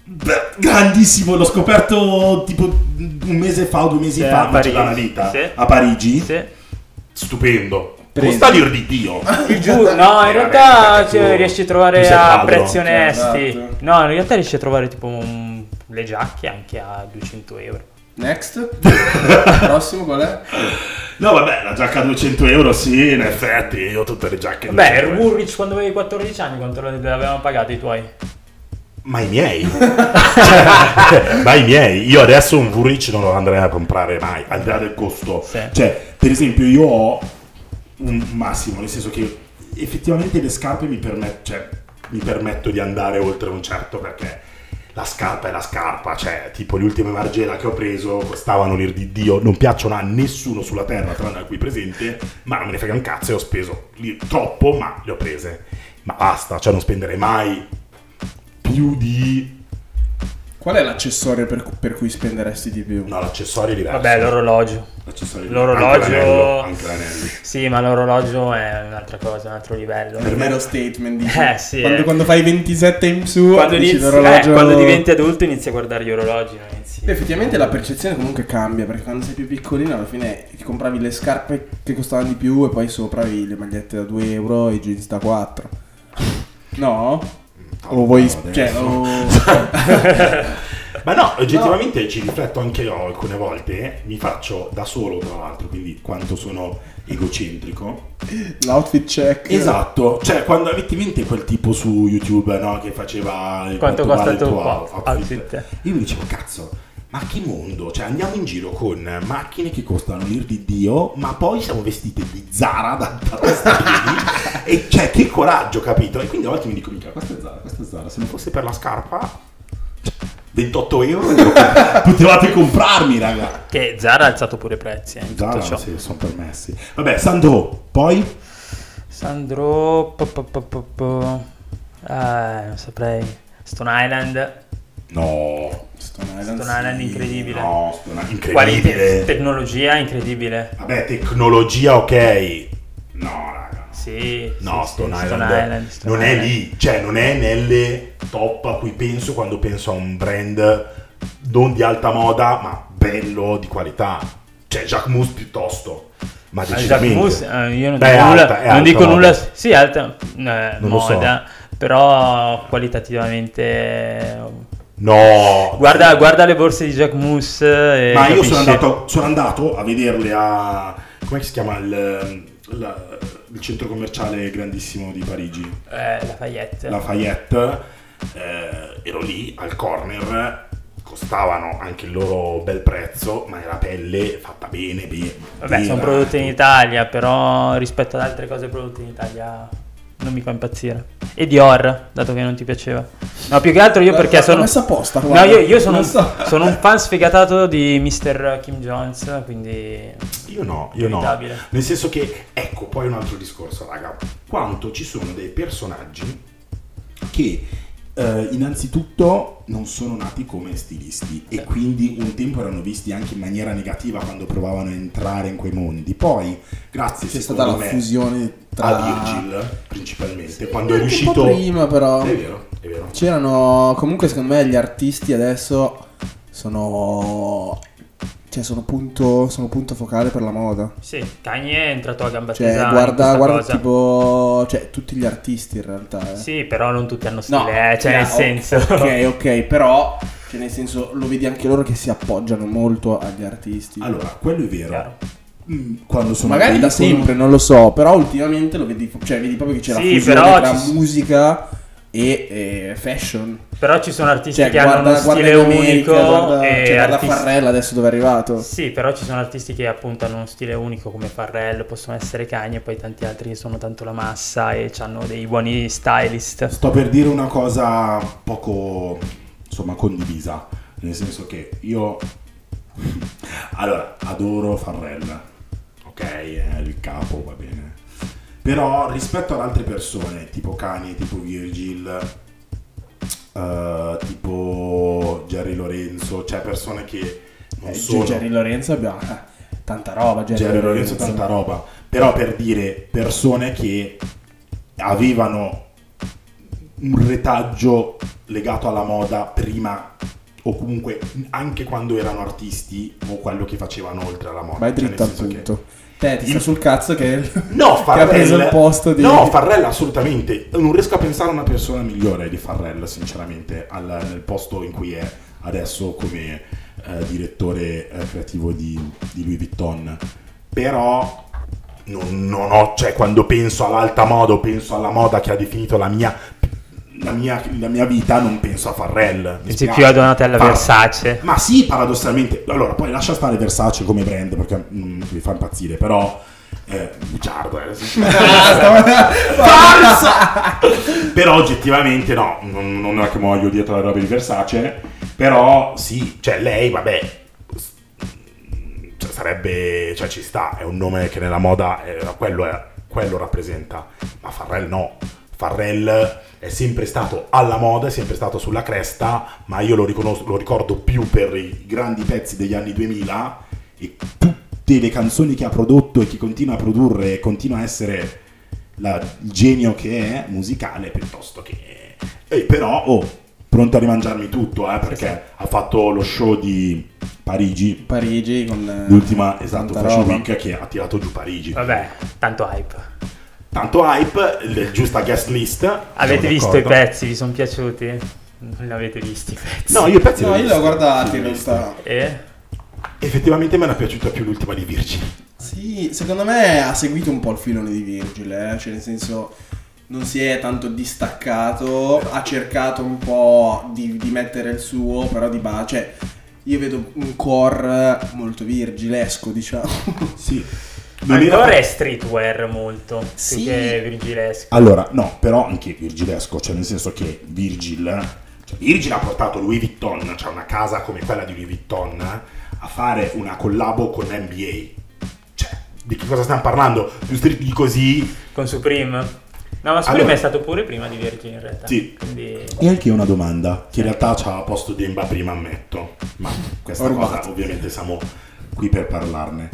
[SPEAKER 3] Beh, grandissimo, l'ho scoperto tipo un mese fa o due mesi
[SPEAKER 4] Sì,
[SPEAKER 3] fa,
[SPEAKER 4] a
[SPEAKER 3] ma c'è
[SPEAKER 4] Parigi,
[SPEAKER 3] la vita.
[SPEAKER 4] sì.
[SPEAKER 3] A Parigi.
[SPEAKER 4] Sì.
[SPEAKER 3] Stupendo.
[SPEAKER 2] Preso.
[SPEAKER 3] Costa l'ir di Dio.
[SPEAKER 4] Il giu- no, in
[SPEAKER 3] Eh,
[SPEAKER 4] realtà
[SPEAKER 3] vabbè,
[SPEAKER 4] cioè,
[SPEAKER 3] perché tu-
[SPEAKER 4] riesci a
[SPEAKER 3] tu
[SPEAKER 4] trovare
[SPEAKER 3] sei
[SPEAKER 4] a
[SPEAKER 3] pazzo.
[SPEAKER 4] prezzi onesti.
[SPEAKER 2] Esatto.
[SPEAKER 4] No, in realtà riesci a trovare tipo un- le giacche anche a 200 euro.
[SPEAKER 2] Next, prossimo qual è?
[SPEAKER 3] No, vabbè, la giacca a 200 euro, sì, in effetti, io ho tutte le giacche. a
[SPEAKER 4] Beh,
[SPEAKER 3] 200
[SPEAKER 4] il
[SPEAKER 3] euro.
[SPEAKER 4] Woolrich quando avevi 14 anni quanto l'avevano pagato i tuoi?
[SPEAKER 3] Ma i miei? Cioè, ma i miei? Io adesso un Vurich non lo andrei a comprare mai, al di là del costo.
[SPEAKER 4] Sì.
[SPEAKER 3] Cioè, per esempio, io ho un massimo, nel senso che effettivamente le scarpe mi, permet- cioè, mi permetto di andare oltre un certo perché la scarpa è la scarpa, cioè tipo le ultime Margela che ho preso costavano l'ir di Dio, non piacciono a nessuno sulla terra tranne a qui presente, ma non me ne frega un cazzo e ho speso lì troppo, ma le ho prese. Ma basta, cioè non spenderei mai più di...
[SPEAKER 2] Qual è l'accessorio per, per cui spenderesti di più?
[SPEAKER 3] No, l'accessorio è diverso.
[SPEAKER 4] Vabbè, l'orologio.
[SPEAKER 3] L'accessorio è
[SPEAKER 4] l'orologio-
[SPEAKER 3] Anche l'anello, anche l'anello.
[SPEAKER 4] Sì, ma l'orologio è un'altra cosa, un altro livello.
[SPEAKER 2] Per me lo statement dici.
[SPEAKER 4] Eh, sì,
[SPEAKER 2] quando,
[SPEAKER 4] eh.
[SPEAKER 2] quando fai 27 in su,
[SPEAKER 4] Quando,
[SPEAKER 2] dici
[SPEAKER 4] inizi-
[SPEAKER 2] l'orologio-
[SPEAKER 4] eh, quando diventi adulto inizi a guardare gli orologi. non inizi-
[SPEAKER 2] Beh, Effettivamente la percezione comunque cambia perché quando sei più piccolino alla fine ti compravi le scarpe che costavano di più e poi sopra avevi le magliette da 2 euro e i jeans da 4. No? O vuoi...
[SPEAKER 3] no,
[SPEAKER 2] cioè,
[SPEAKER 3] adesso.
[SPEAKER 2] o-
[SPEAKER 3] Ma no, oggettivamente ci rifletto anche io alcune volte, mi faccio da solo tra l'altro, quindi quanto sono egocentrico.
[SPEAKER 2] l'outfit check.
[SPEAKER 3] Esatto, cioè quando avete in mente quel tipo su YouTube no, che faceva il
[SPEAKER 4] Quanto costa Ah,
[SPEAKER 3] vale
[SPEAKER 4] il tuo
[SPEAKER 3] out-
[SPEAKER 4] outfit?
[SPEAKER 3] Io mi dicevo, cazzo, ma che mondo? Cioè andiamo in giro con macchine che costano l'ir di Dio, ma poi siamo vestite di Zara da, da testa ai piedi. e cioè che coraggio, capito? E quindi a volte mi dico, mica, questa è Zara, questa è Zara, se non fosse per la scarpa... 28 euro io potevate comprarmi, raga.
[SPEAKER 4] Che Zara ha alzato pure i prezzi. eh, in tutto
[SPEAKER 3] Zara,
[SPEAKER 4] ciò.
[SPEAKER 3] sì, sono permessi. Vabbè, Sandro, poi
[SPEAKER 4] Sandro. po, po, po, po, po. Eh, non saprei. Stone Island.
[SPEAKER 3] No,
[SPEAKER 2] Stone Island,
[SPEAKER 4] Stone
[SPEAKER 2] sì.
[SPEAKER 4] Island incredibile.
[SPEAKER 3] No, spera-
[SPEAKER 4] Quali
[SPEAKER 3] incredibile.
[SPEAKER 4] te- tecnologia incredibile.
[SPEAKER 3] Vabbè, tecnologia, ok. No, raga.
[SPEAKER 4] Sì.
[SPEAKER 3] No,
[SPEAKER 4] sì,
[SPEAKER 3] Stone
[SPEAKER 4] sì,
[SPEAKER 3] Island,
[SPEAKER 4] Island, Stone
[SPEAKER 3] non è
[SPEAKER 4] Island.
[SPEAKER 3] lì, cioè non è nelle top a cui penso quando penso a un brand non di alta moda, ma bello di qualità. Cioè Jacquemus piuttosto, ma
[SPEAKER 4] Ah,
[SPEAKER 3] decisamente.
[SPEAKER 4] Jacquemus, eh, io non
[SPEAKER 3] Beh,
[SPEAKER 4] dico
[SPEAKER 3] è
[SPEAKER 4] nulla,
[SPEAKER 3] alta- è
[SPEAKER 4] non
[SPEAKER 3] alta
[SPEAKER 4] dico
[SPEAKER 3] moda.
[SPEAKER 4] nulla- sì, alta eh,
[SPEAKER 3] Non lo so.
[SPEAKER 4] moda, però qualitativamente...
[SPEAKER 3] No.
[SPEAKER 4] Guarda, guarda le borse di Jacquemus e
[SPEAKER 3] Ma io sono
[SPEAKER 4] Eh, capisci.
[SPEAKER 3] andato, sono andato a vederle a. come si chiama il, la- il centro commerciale grandissimo di Parigi?
[SPEAKER 4] Eh, Lafayette.
[SPEAKER 3] Lafayette, eh, ero lì al corner, costavano anche il loro bel prezzo, ma era pelle fatta bene, bene. eh.
[SPEAKER 4] Vabbè, sono prodotte in Italia, però rispetto ad altre cose prodotte in Italia non mi fa impazzire. E Dior, dato che non ti piaceva. No, più che altro io
[SPEAKER 2] L'ho-
[SPEAKER 4] perché
[SPEAKER 2] l'ho
[SPEAKER 4] sono...
[SPEAKER 2] messa apposta,
[SPEAKER 4] No,
[SPEAKER 2] guarda.
[SPEAKER 4] io, io sono,
[SPEAKER 2] Non so.
[SPEAKER 4] un, sono un fan sfegatato di Mr. Kim Jones, quindi...
[SPEAKER 3] Io no, io no.
[SPEAKER 4] Inevitabile.
[SPEAKER 3] Nel senso che, ecco, poi un altro discorso, raga. Quanto ci sono dei personaggi che eh, innanzitutto non sono nati come stilisti e
[SPEAKER 2] Certo.
[SPEAKER 3] quindi un tempo erano visti anche in maniera negativa quando provavano a entrare in quei mondi. Poi, grazie
[SPEAKER 2] C'è stata
[SPEAKER 3] secondo
[SPEAKER 2] la
[SPEAKER 3] me,
[SPEAKER 2] fusione tra...
[SPEAKER 3] a Virgil principalmente quando è
[SPEAKER 2] Anche un po'
[SPEAKER 3] riuscito
[SPEAKER 2] prima però.
[SPEAKER 3] è vero è vero
[SPEAKER 2] C'erano comunque secondo me gli artisti adesso sono cioè sono punto, sono punto focale per la moda.
[SPEAKER 4] Sì, Kanye è entrato a gamba
[SPEAKER 2] Cioè
[SPEAKER 4] tesa Esatto, in
[SPEAKER 2] guarda,
[SPEAKER 4] questa
[SPEAKER 2] guarda
[SPEAKER 4] cosa.
[SPEAKER 2] tipo cioè tutti gli artisti in realtà. eh.
[SPEAKER 4] Sì, però non tutti hanno stile,
[SPEAKER 2] No,
[SPEAKER 4] eh, cioè
[SPEAKER 2] no,
[SPEAKER 4] nel senso...
[SPEAKER 2] Ok, ok, però cioè nel senso lo vedi anche loro che si appoggiano molto agli artisti.
[SPEAKER 3] allora quello è vero
[SPEAKER 4] Chiaro.
[SPEAKER 3] Mm, quando sono
[SPEAKER 2] Magari da
[SPEAKER 3] piccolo-
[SPEAKER 2] sempre, non lo so, però ultimamente lo vedi, cioè vedi proprio che c'è
[SPEAKER 4] Sì,
[SPEAKER 2] la fusione
[SPEAKER 4] però
[SPEAKER 2] tra
[SPEAKER 4] ci-
[SPEAKER 2] musica e- e fashion.
[SPEAKER 4] Però ci sono artisti
[SPEAKER 2] Cioè,
[SPEAKER 4] che hanno
[SPEAKER 2] guarda,
[SPEAKER 4] uno
[SPEAKER 2] guarda
[SPEAKER 4] stile
[SPEAKER 2] in America,
[SPEAKER 4] unico
[SPEAKER 2] guarda,
[SPEAKER 4] e
[SPEAKER 2] cioè, guarda
[SPEAKER 4] artisti-
[SPEAKER 2] Farrella adesso dove è arrivato.
[SPEAKER 4] Sì, però ci sono artisti che appunto hanno uno stile unico come Farrell, possono essere Kanye e poi tanti altri che sono tanto la massa e hanno dei buoni stylist.
[SPEAKER 3] Cioè, sto per dire una cosa poco insomma condivisa nel senso che io allora adoro Farrell ok è il capo va bene però rispetto ad altre persone tipo Kanye tipo Virgil eh, tipo Jerry Lorenzo cioè persone che non
[SPEAKER 2] Eh,
[SPEAKER 3] sono
[SPEAKER 2] Jerry Lorenzo abbiamo eh, tanta roba. Jerry,
[SPEAKER 3] Jerry Lorenzo Cioè, tanta roba però per dire persone che avevano un retaggio legato alla moda prima o comunque anche quando erano artisti o quello che facevano oltre alla moda
[SPEAKER 2] Vai
[SPEAKER 3] Cioè,
[SPEAKER 2] dritto
[SPEAKER 3] nel
[SPEAKER 2] al
[SPEAKER 3] senso che-
[SPEAKER 2] punto. Te ti sta
[SPEAKER 3] Io-
[SPEAKER 2] sul cazzo che,
[SPEAKER 3] No,
[SPEAKER 2] che ha
[SPEAKER 3] Farrell.
[SPEAKER 2] preso il posto di...
[SPEAKER 3] No, Farrell assolutamente. Non riesco a pensare a una persona migliore di Farrell, sinceramente, al- nel posto in cui è adesso come eh, direttore eh, creativo di, di Louis Vuitton. Però non, non ho, cioè, quando penso all'alta moda, o penso alla moda che ha definito la mia, la mia, la mia vita, non penso a Farrell. Mi
[SPEAKER 4] Pensi
[SPEAKER 3] spiace.
[SPEAKER 4] più a Donatella
[SPEAKER 3] Far-
[SPEAKER 4] Versace.
[SPEAKER 3] ma sì, paradossalmente. Allora, poi lascia stare Versace come brand perché mm, mi fa impazzire, però Eh, bugiardo, eh, sì. Falsa! però oggettivamente no, non, non è che muoio dietro alle robe di Versace, però sì, cioè lei, vabbè, s- cioè, sarebbe, cioè ci sta, è un nome che nella moda eh, quello, è- quello rappresenta, ma Farrell no, Farrell è sempre stato alla moda, è sempre stato sulla cresta, ma io lo, riconos- lo ricordo più per i grandi pezzi degli anni 2000 e tutte le canzoni che ha prodotto e che continua a produrre e continua a essere la- il genio che è musicale piuttosto che... E però, oh, pronto a rimangiarmi tutto, eh, perché ha fatto lo show di Parigi,
[SPEAKER 2] Parigi con eh,
[SPEAKER 3] l'ultima, esatto,
[SPEAKER 2] tanta
[SPEAKER 3] Fashion
[SPEAKER 2] roba.
[SPEAKER 3] Week che ha tirato giù Parigi.
[SPEAKER 4] Vabbè, tanto hype.
[SPEAKER 3] Tanto hype, le- giusta guest list.
[SPEAKER 4] Avete
[SPEAKER 3] sono
[SPEAKER 4] visto i
[SPEAKER 3] d'accordo.
[SPEAKER 4] pezzi? Vi sono piaciuti? Non li avete visti i pezzi?
[SPEAKER 3] No, io i pezzi
[SPEAKER 2] No,
[SPEAKER 3] li ho
[SPEAKER 2] io
[SPEAKER 3] visti.
[SPEAKER 2] l'ho guardata
[SPEAKER 3] Sì,
[SPEAKER 2] in
[SPEAKER 3] li ho visti.
[SPEAKER 2] realtà.
[SPEAKER 4] Eh?
[SPEAKER 3] Effettivamente me ne è piaciuta più l'ultima di Virgil.
[SPEAKER 2] Sì, secondo me ha seguito un po' il filone di Virgil, eh, cioè nel senso non si è tanto distaccato, ha cercato un po' di, di mettere il suo, però di base, cioè io vedo un core molto virgilesco, diciamo.
[SPEAKER 3] Sì. Non era-
[SPEAKER 4] Allora è streetwear molto,
[SPEAKER 2] Sì.
[SPEAKER 4] più che virgilesco.
[SPEAKER 3] Allora, no, però anche Virgilesco, cioè nel senso che Virgil, cioè Virgil ha portato Louis Vuitton, cioè una casa come quella di Louis Vuitton, a fare una collabo con NBA. Cioè, di che cosa stiamo parlando? Più street di così?
[SPEAKER 4] Con Supreme? No, ma Supreme
[SPEAKER 3] Allora-
[SPEAKER 4] è stato pure prima di Virgil in realtà.
[SPEAKER 3] Sì.
[SPEAKER 4] Quindi...
[SPEAKER 5] E anche io una domanda.
[SPEAKER 3] Che in realtà ci ha posto Demba prima, ammetto. Ma questa
[SPEAKER 2] Ho rubato.
[SPEAKER 3] cosa ovviamente siamo qui per parlarne.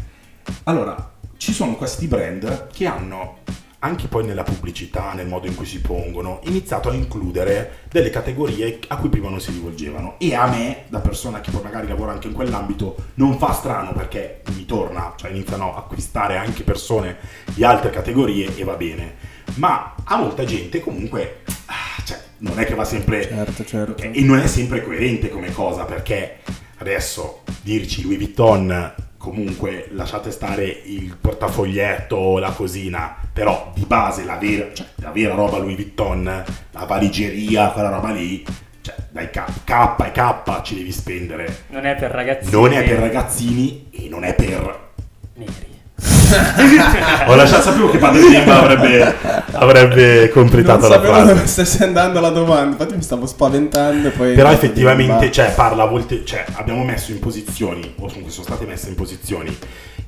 [SPEAKER 3] Allora, ci sono questi brand che hanno, anche poi nella pubblicità, nel modo in cui si pongono, iniziato a includere delle categorie a cui prima non si rivolgevano. E a me, da persona che poi magari lavora anche in quell'ambito, non fa strano perché mi torna, cioè iniziano a acquistare anche persone di altre categorie e va bene. Ma a molta gente comunque, ah, cioè, non è che va sempre
[SPEAKER 2] Certo, certo.
[SPEAKER 3] e non è sempre coerente come cosa, perché adesso dirci Louis Vuitton, comunque lasciate stare il portafoglietto o la cosina, però di base la vera, cioè, la vera roba Louis Vuitton, la valigeria, quella roba lì, cioè dai K, K e K ci devi spendere.
[SPEAKER 4] Non è per ragazzi.
[SPEAKER 3] Non è per ragazzini e non è per...
[SPEAKER 4] neri.
[SPEAKER 3] Ho lasciato sapevo che Padre Simba avrebbe, avrebbe
[SPEAKER 2] Non
[SPEAKER 3] completato la
[SPEAKER 2] sapevo
[SPEAKER 3] frase.
[SPEAKER 2] dove stesse andando la domanda, infatti mi stavo spaventando e poi...
[SPEAKER 3] Però effettivamente, cioè, parla a volte, cioè, abbiamo messo in posizioni, o comunque sono state messe in posizioni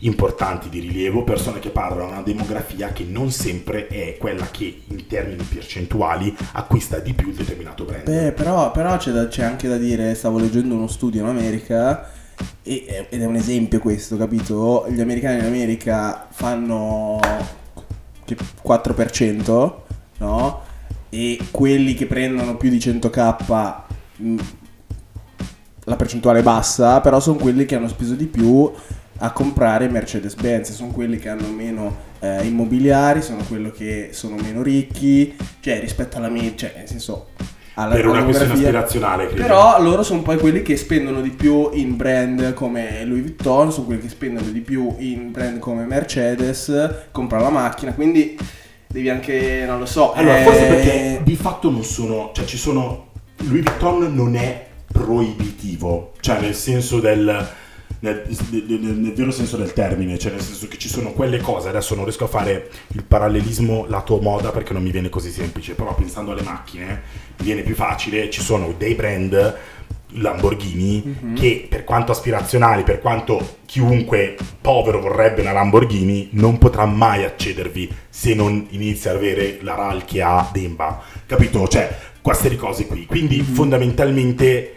[SPEAKER 3] importanti di rilievo, persone che parlano a una demografia che non sempre è quella che in termini percentuali acquista di più il determinato brand.
[SPEAKER 2] Beh, però, però c'è, da- c'è anche da dire, stavo leggendo uno studio in America e- ed è un esempio questo, capito? Gli americani in America fanno che 4%, no? E quelli che prendono più di 100k mh, la percentuale è bassa, però sono quelli che hanno speso di più a comprare Mercedes-Benz, sono quelli che hanno meno eh, immobiliari, sono quelli che sono meno ricchi, cioè rispetto alla media, cioè nel senso alla
[SPEAKER 3] per una
[SPEAKER 2] alla
[SPEAKER 3] questione
[SPEAKER 2] demografia.
[SPEAKER 3] aspirazionale, credo.
[SPEAKER 2] Però loro sono poi quelli che spendono di più in brand come Louis Vuitton, sono quelli che spendono di più in brand come Mercedes, comprano la macchina, quindi devi anche, non lo so,
[SPEAKER 3] Allora,
[SPEAKER 2] eh,
[SPEAKER 3] forse perché di fatto non sono, cioè ci sono, Louis Vuitton non è proibitivo, cioè nel senso del, nel, nel- nel- nel vero senso del termine, cioè nel senso che ci sono quelle cose, adesso non riesco a fare il parallelismo lato moda perché non mi viene così semplice, però pensando alle macchine mi viene più facile, ci sono dei brand Lamborghini
[SPEAKER 2] Mhm.
[SPEAKER 3] che per quanto aspirazionali, per quanto chiunque povero vorrebbe una Lamborghini, non potrà mai accedervi se non inizia ad avere la RAL che ha Demba. Capito? Cioè, queste cose qui. Quindi
[SPEAKER 2] Mhm.
[SPEAKER 3] fondamentalmente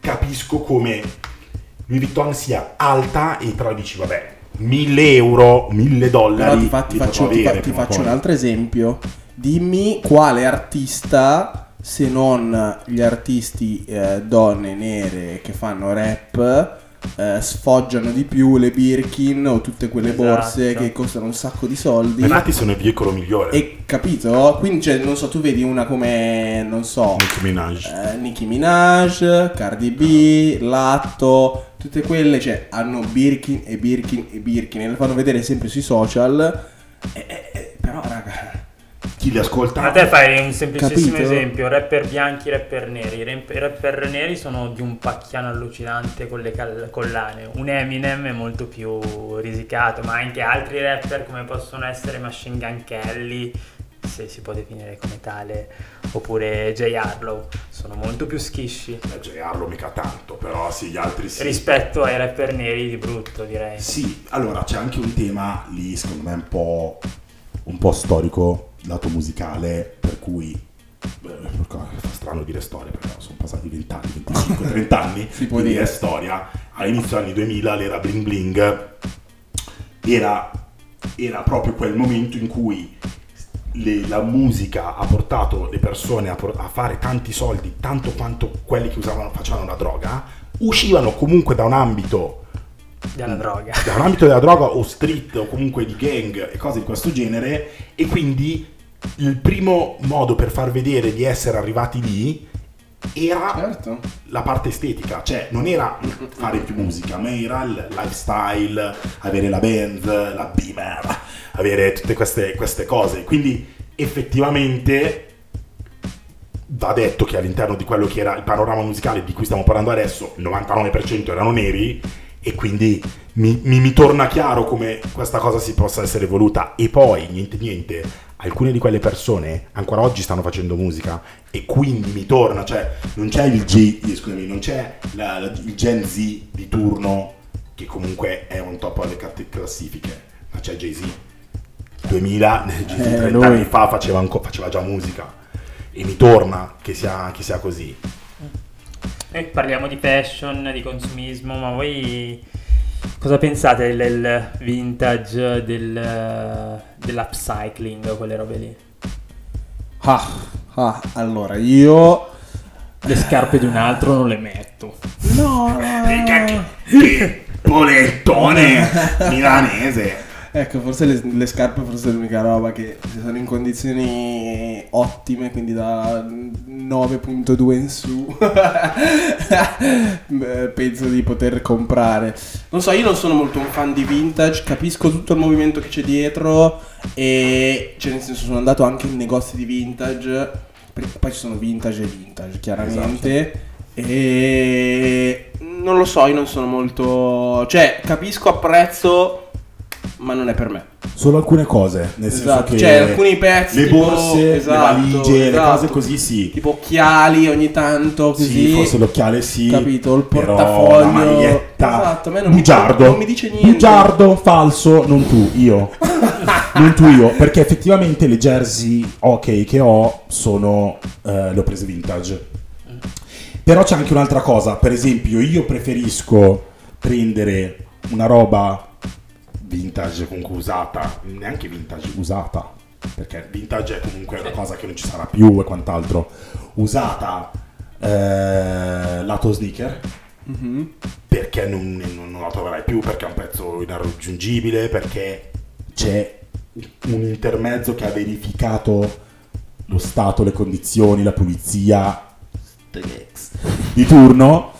[SPEAKER 3] capisco come Louis Vuitton sia alta e tra dici, vabbè, 1000 euro, 1000
[SPEAKER 2] Però
[SPEAKER 3] dollari.
[SPEAKER 2] ti, fa- ti
[SPEAKER 3] li potrò
[SPEAKER 2] faccio, ti
[SPEAKER 3] avere
[SPEAKER 2] fa- ti
[SPEAKER 3] prima o
[SPEAKER 2] faccio
[SPEAKER 3] poi.
[SPEAKER 2] un altro esempio. Dimmi quale artista, se non gli artisti eh, donne nere che fanno rap, eh, sfoggiano di più le Birkin o tutte quelle
[SPEAKER 4] Esatto.
[SPEAKER 2] borse che costano un sacco di soldi.
[SPEAKER 3] Ma Infatti sono il veicolo migliore. E...
[SPEAKER 2] E capito? Quindi, cioè, non so, tu vedi una come, non so,
[SPEAKER 3] Nicki Minaj.
[SPEAKER 2] eh, Nicki Minaj, Cardi B, Latto, tutte quelle, cioè, hanno Birkin e Birkin e Birkin e le fanno vedere sempre sui social. Eh, eh, eh, però, raga,
[SPEAKER 3] chi li ascolta.
[SPEAKER 4] A te fai un semplicissimo
[SPEAKER 6] Capito?
[SPEAKER 4] esempio, rapper bianchi, rapper neri. I rap- I rapper neri sono di un pacchiano allucinante con le cal- collane. Un Eminem è molto più risicato, ma anche altri rapper come possono essere Machine Gun Kelly, se si può definire come tale, oppure J. Harlow, sono molto più schisci
[SPEAKER 3] Eh, J. Harlow mica tanto, però sì, gli altri sì.
[SPEAKER 4] rispetto ai rapper neri di brutto, direi.
[SPEAKER 3] Eh, Sì, allora c'è anche un tema lì, secondo me, un po', un po' storico, lato musicale, per cui beh, porca- fa strano dire storia, però sono passati 20 anni, 25, 30 anni,
[SPEAKER 2] Si può
[SPEAKER 3] quindi
[SPEAKER 2] dire.
[SPEAKER 3] è storia. All'inizio degli anni 2000 l'era bling bling era, era proprio quel momento in cui le- la musica ha portato le persone a, por- a fare tanti soldi, tanto quanto quelli che usavano, facevano la droga, uscivano comunque da un ambito
[SPEAKER 4] Della droga.
[SPEAKER 3] da un ambito della droga o street o comunque di gang e cose di questo genere e quindi il primo modo per far vedere di essere arrivati lì era
[SPEAKER 2] Certo.
[SPEAKER 3] la parte estetica, cioè non era fare più musica, ma era il lifestyle, avere la band, la beamer, avere tutte queste, queste cose. Quindi effettivamente va detto che all'interno di quello che era il panorama musicale di cui stiamo parlando adesso, il 99% erano neri e quindi mi, mi- mi torna chiaro come questa cosa si possa essere evoluta e poi niente niente alcune di quelle persone ancora oggi stanno facendo musica e quindi mi torna cioè non c'è il G eh, scusami non c'è la- la- il Gen Z di turno che comunque è un top alle cat- classifiche ma c'è Jay-Z 2000 Jay-Z
[SPEAKER 6] Eh,
[SPEAKER 3] 30
[SPEAKER 6] lui.
[SPEAKER 3] anni fa faceva, anco- faceva già musica e mi torna che sia, che sia così
[SPEAKER 4] Noi Eh, parliamo di fashion, di consumismo, ma voi cosa pensate del- del vintage, del, dell'upcycling, quelle robe lì?
[SPEAKER 6] Ah, ah, allora io.
[SPEAKER 7] Le scarpe di un altro non le metto.
[SPEAKER 6] No,
[SPEAKER 3] Polettone milanese
[SPEAKER 2] Ecco, forse le, le scarpe forse è l'unica roba che se sono in condizioni ottime, quindi da 9.2 in su, eh, penso di poter comprare. Non so, io non sono molto un fan di vintage, capisco tutto il movimento che c'è dietro e cioè nel senso sono andato anche in negozi di vintage, perché poi ci sono vintage e vintage, chiaramente.
[SPEAKER 5] Esatto.
[SPEAKER 2] E non lo so, io non sono molto. Cioè, capisco, apprezzo, ma non è per me.
[SPEAKER 5] Solo alcune cose, nel senso
[SPEAKER 2] Esatto.
[SPEAKER 5] che
[SPEAKER 2] Cioè, alcuni pezzi.
[SPEAKER 5] le
[SPEAKER 2] tipo-
[SPEAKER 5] borse,
[SPEAKER 2] esatto,
[SPEAKER 5] le valigie,
[SPEAKER 2] esatto.
[SPEAKER 5] le cose così sì.
[SPEAKER 2] Tipo occhiali ogni tanto, così.
[SPEAKER 5] Sì, forse l'occhiale sì.
[SPEAKER 2] Capito, il
[SPEAKER 5] però
[SPEAKER 2] portafoglio.
[SPEAKER 5] la maglietta.
[SPEAKER 2] Esatto, a me non mi-
[SPEAKER 5] bugiardo.
[SPEAKER 2] non mi dice niente.
[SPEAKER 5] Bugiardo, falso, non tu, io. non tu, io. Perché effettivamente le jersey ok che ho sono... eh, le ho prese vintage. Però c'è anche un'altra cosa. Per esempio, io preferisco prendere una roba
[SPEAKER 3] vintage comunque usata neanche vintage
[SPEAKER 5] usata. Perché
[SPEAKER 3] perché vintage è comunque una cosa che non ci sarà più
[SPEAKER 5] più e quant'altro usata eh, lato sneaker
[SPEAKER 2] Mhm.
[SPEAKER 3] perché non, non- non la troverai più perché è un prezzo inarraggiungibile perché
[SPEAKER 5] c'è un intermezzo che ha verificato lo stato, le condizioni, la pulizia di turno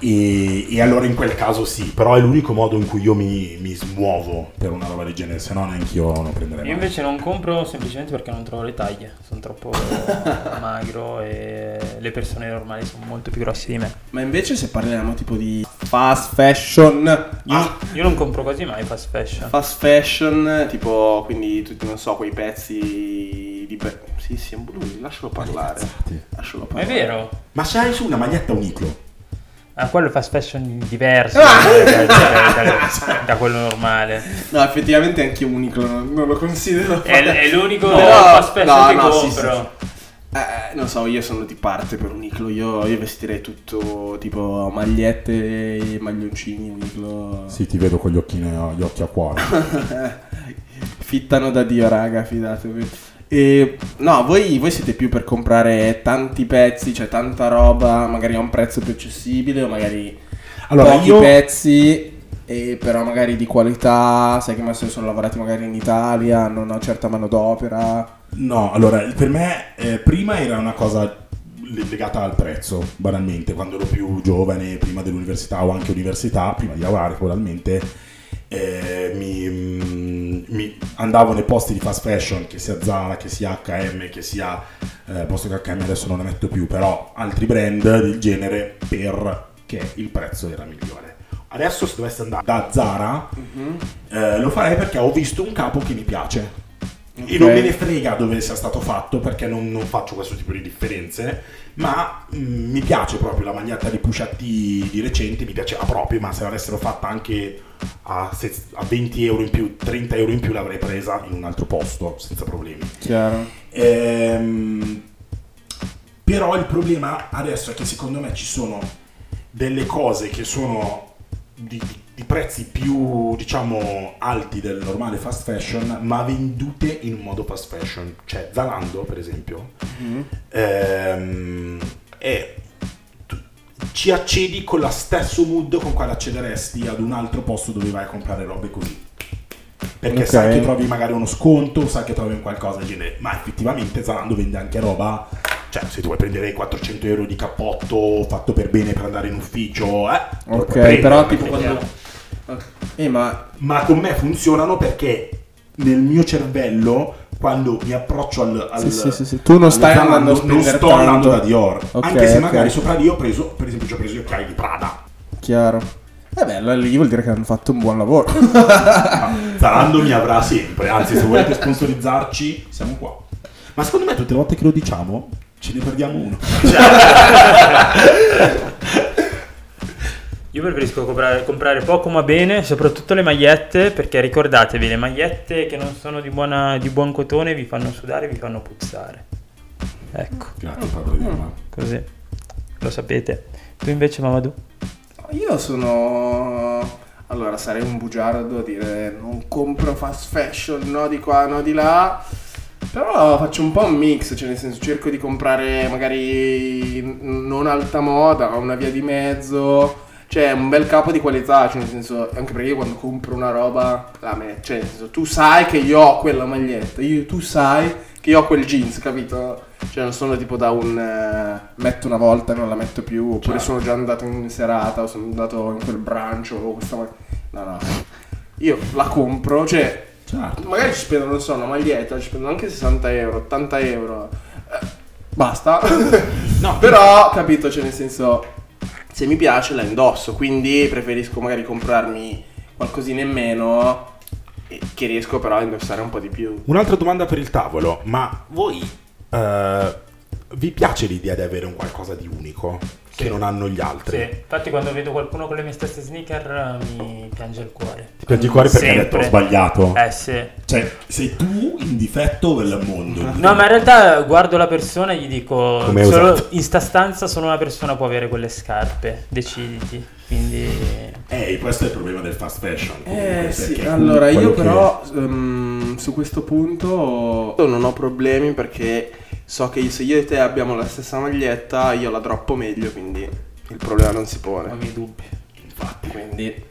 [SPEAKER 3] e, e allora in quel caso sì però è l'unico modo in cui io mi, mi smuovo
[SPEAKER 5] per una roba del genere, se no neanche io non prenderei mai.
[SPEAKER 4] Io invece non compro semplicemente perché non trovo le taglie, sono troppo magro e le persone normali sono molto più grosse di me.
[SPEAKER 2] Ma invece, se parliamo tipo di fast
[SPEAKER 5] Ah.
[SPEAKER 2] fashion, io-
[SPEAKER 4] Io non compro quasi mai fast fashion.
[SPEAKER 2] fast fashion, tipo quindi tutti, non so, quei pezzi di. Be- sì, sì, è un blu, lascialo parlare. Lascialo
[SPEAKER 4] Ma è
[SPEAKER 2] parlare.
[SPEAKER 4] vero?
[SPEAKER 3] ma c'hai su una maglietta uniclo
[SPEAKER 4] Ah, quello è fast fashion diverso
[SPEAKER 7] Ah!
[SPEAKER 4] eh, da, da- da- da quello normale.
[SPEAKER 2] No, effettivamente anche Uniqlo non, non lo considero.
[SPEAKER 4] È, è l'unico
[SPEAKER 2] No,
[SPEAKER 4] fast fashion
[SPEAKER 2] no,
[SPEAKER 4] che
[SPEAKER 2] no, sì,
[SPEAKER 4] compro.
[SPEAKER 2] sì, sì. Eh, non so, io sono di parte per Uniqlo, io, io vestirei tutto tipo magliette, maglioncini, Uniqlo.
[SPEAKER 5] Sì, ti vedo con gli occhini, gli occhi a cuore.
[SPEAKER 2] Fittano da Dio, raga, fidatevi. E, no, voi, voi siete più per comprare tanti pezzi, cioè tanta roba, magari a un prezzo più accessibile o magari
[SPEAKER 5] Allora,
[SPEAKER 2] pochi
[SPEAKER 5] io-
[SPEAKER 2] pezzi, e però magari di qualità, sai che ma se sono lavorati magari in Italia, hanno una certa manodopera.
[SPEAKER 5] No, allora, per me eh, prima era una cosa le- legata al prezzo, banalmente, quando ero più giovane, prima dell'università o anche università, prima di lavorare, probabilmente,
[SPEAKER 3] eh, mi, mm, mi- andavo nei posti di fast fashion, che sia Zara, che sia HM, che sia, eh, posto che HM adesso non ne metto più, però altri brand del genere perché il prezzo era migliore. Adesso se dovessi andare da Zara eh, lo farei perché ho visto un capo che mi piace. E non me ne frega dove sia stato fatto perché non, non faccio questo tipo di differenze, ma mm, mi piace proprio la maglietta di Pusciatti di recente, mi piaceva proprio, ma se l'avessero fatta anche a, se- a 20 euro in più, 30 euro in più l'avrei presa in un altro posto senza problemi.
[SPEAKER 8] Chiaro.
[SPEAKER 3] Ehm, però il problema adesso è che secondo me ci sono delle cose che sono di, di prezzi più diciamo alti del normale fast fashion ma vendute in un modo fast fashion cioè Zalando per esempio ehm, è tu- ci accedi con lo stesso mood con quale accederesti ad un altro posto dove vai a comprare robe così perché
[SPEAKER 8] Ok.
[SPEAKER 3] sai che trovi magari uno sconto, sai che trovi un qualcosa del genere, ma effettivamente Zalando vende anche roba, cioè se tu vuoi prendere 400 euro di cappotto fatto per bene per andare in ufficio, eh, te lo
[SPEAKER 8] Ok,
[SPEAKER 3] puoi prendere,
[SPEAKER 8] però
[SPEAKER 3] non è
[SPEAKER 8] tipo
[SPEAKER 3] che-
[SPEAKER 8] quando-
[SPEAKER 2] Eh, ma
[SPEAKER 3] Ma con me funzionano perché nel mio cervello, quando mi approccio al... al
[SPEAKER 8] Sì, sì, sì, sì. Tu non stai
[SPEAKER 3] al Zalando,
[SPEAKER 8] andando a spendere
[SPEAKER 3] Non sto
[SPEAKER 8] tanto.
[SPEAKER 3] andando da Dior,
[SPEAKER 8] Ok,
[SPEAKER 3] anche se
[SPEAKER 8] ok.
[SPEAKER 3] magari sopra lì ho preso, per esempio ci ho preso gli occhiali di Prada.
[SPEAKER 8] Chiaro.
[SPEAKER 2] Eh
[SPEAKER 8] E beh, allora lì vuol dire che hanno fatto un buon lavoro.
[SPEAKER 3] Zalando mi avrà sempre, anzi se volete sponsorizzarci siamo qua. Ma secondo me tutte le volte che lo diciamo ce ne perdiamo uno.
[SPEAKER 4] Io preferisco comprare, comprare poco ma bene, soprattutto le magliette, perché ricordatevi, le magliette che non sono di, buona- di buon cotone vi fanno sudare, vi fanno puzzare. Ecco,
[SPEAKER 3] Grazie Padre di Roma.
[SPEAKER 4] così. Lo sapete. Tu invece, Mamadou?
[SPEAKER 2] io sono. Allora, sarei un bugiardo a dire non compro fast fashion, no di qua, no di là. Però faccio un po' un mix, cioè nel senso cerco di comprare magari n- non alta moda, ma una via di mezzo. Cioè, un bel capo di qualità, cioè nel senso, anche perché io quando compro una roba, la me, cioè nel senso, tu sai che io ho quella maglietta, io- tu sai che io ho quel jeans, capito? Cioè, non sono tipo da un eh, metto una volta e non la metto più, oppure sono già andato in serata, o sono andato in quel brancio, o questa ma- No, no. Io la compro, cioè,
[SPEAKER 3] Certo.
[SPEAKER 2] magari ci spendono, non so, una maglietta, ci spendono anche 60 euro, 80 euro. eh, basta.
[SPEAKER 3] No.
[SPEAKER 2] Però, capito, cioè nel senso, se mi piace la indosso, quindi preferisco magari comprarmi qualcosina in meno eh, che riesco però a indossare un po' di più.
[SPEAKER 3] Un'altra domanda per il tavolo, ma voi eh, vi piace l'idea di avere un qualcosa di unico che non hanno gli altri?
[SPEAKER 4] infatti quando vedo qualcuno con le mie stesse sneaker mi piange il cuore.
[SPEAKER 3] Ti piangi il cuore perché hai
[SPEAKER 4] Sempre.
[SPEAKER 3] detto ho sbagliato.
[SPEAKER 4] Eh sì.
[SPEAKER 3] Cioè, sei tu in difetto del mondo.
[SPEAKER 4] No, ma in realtà guardo la persona e gli dico:
[SPEAKER 3] Come hai
[SPEAKER 4] solo
[SPEAKER 3] usato?
[SPEAKER 4] in sta stanza solo una persona può avere quelle scarpe. Deciditi. Quindi.
[SPEAKER 3] Eh, questo è il problema del fast fashion. comunque,
[SPEAKER 2] Eh sì,
[SPEAKER 3] perché
[SPEAKER 2] allora
[SPEAKER 3] quello
[SPEAKER 2] io
[SPEAKER 3] che-
[SPEAKER 2] però ehm, su questo punto non ho problemi perché so che se io e te abbiamo la stessa maglietta io la droppo meglio, quindi il problema non si pone.
[SPEAKER 4] Non mi dubbi.
[SPEAKER 2] Quindi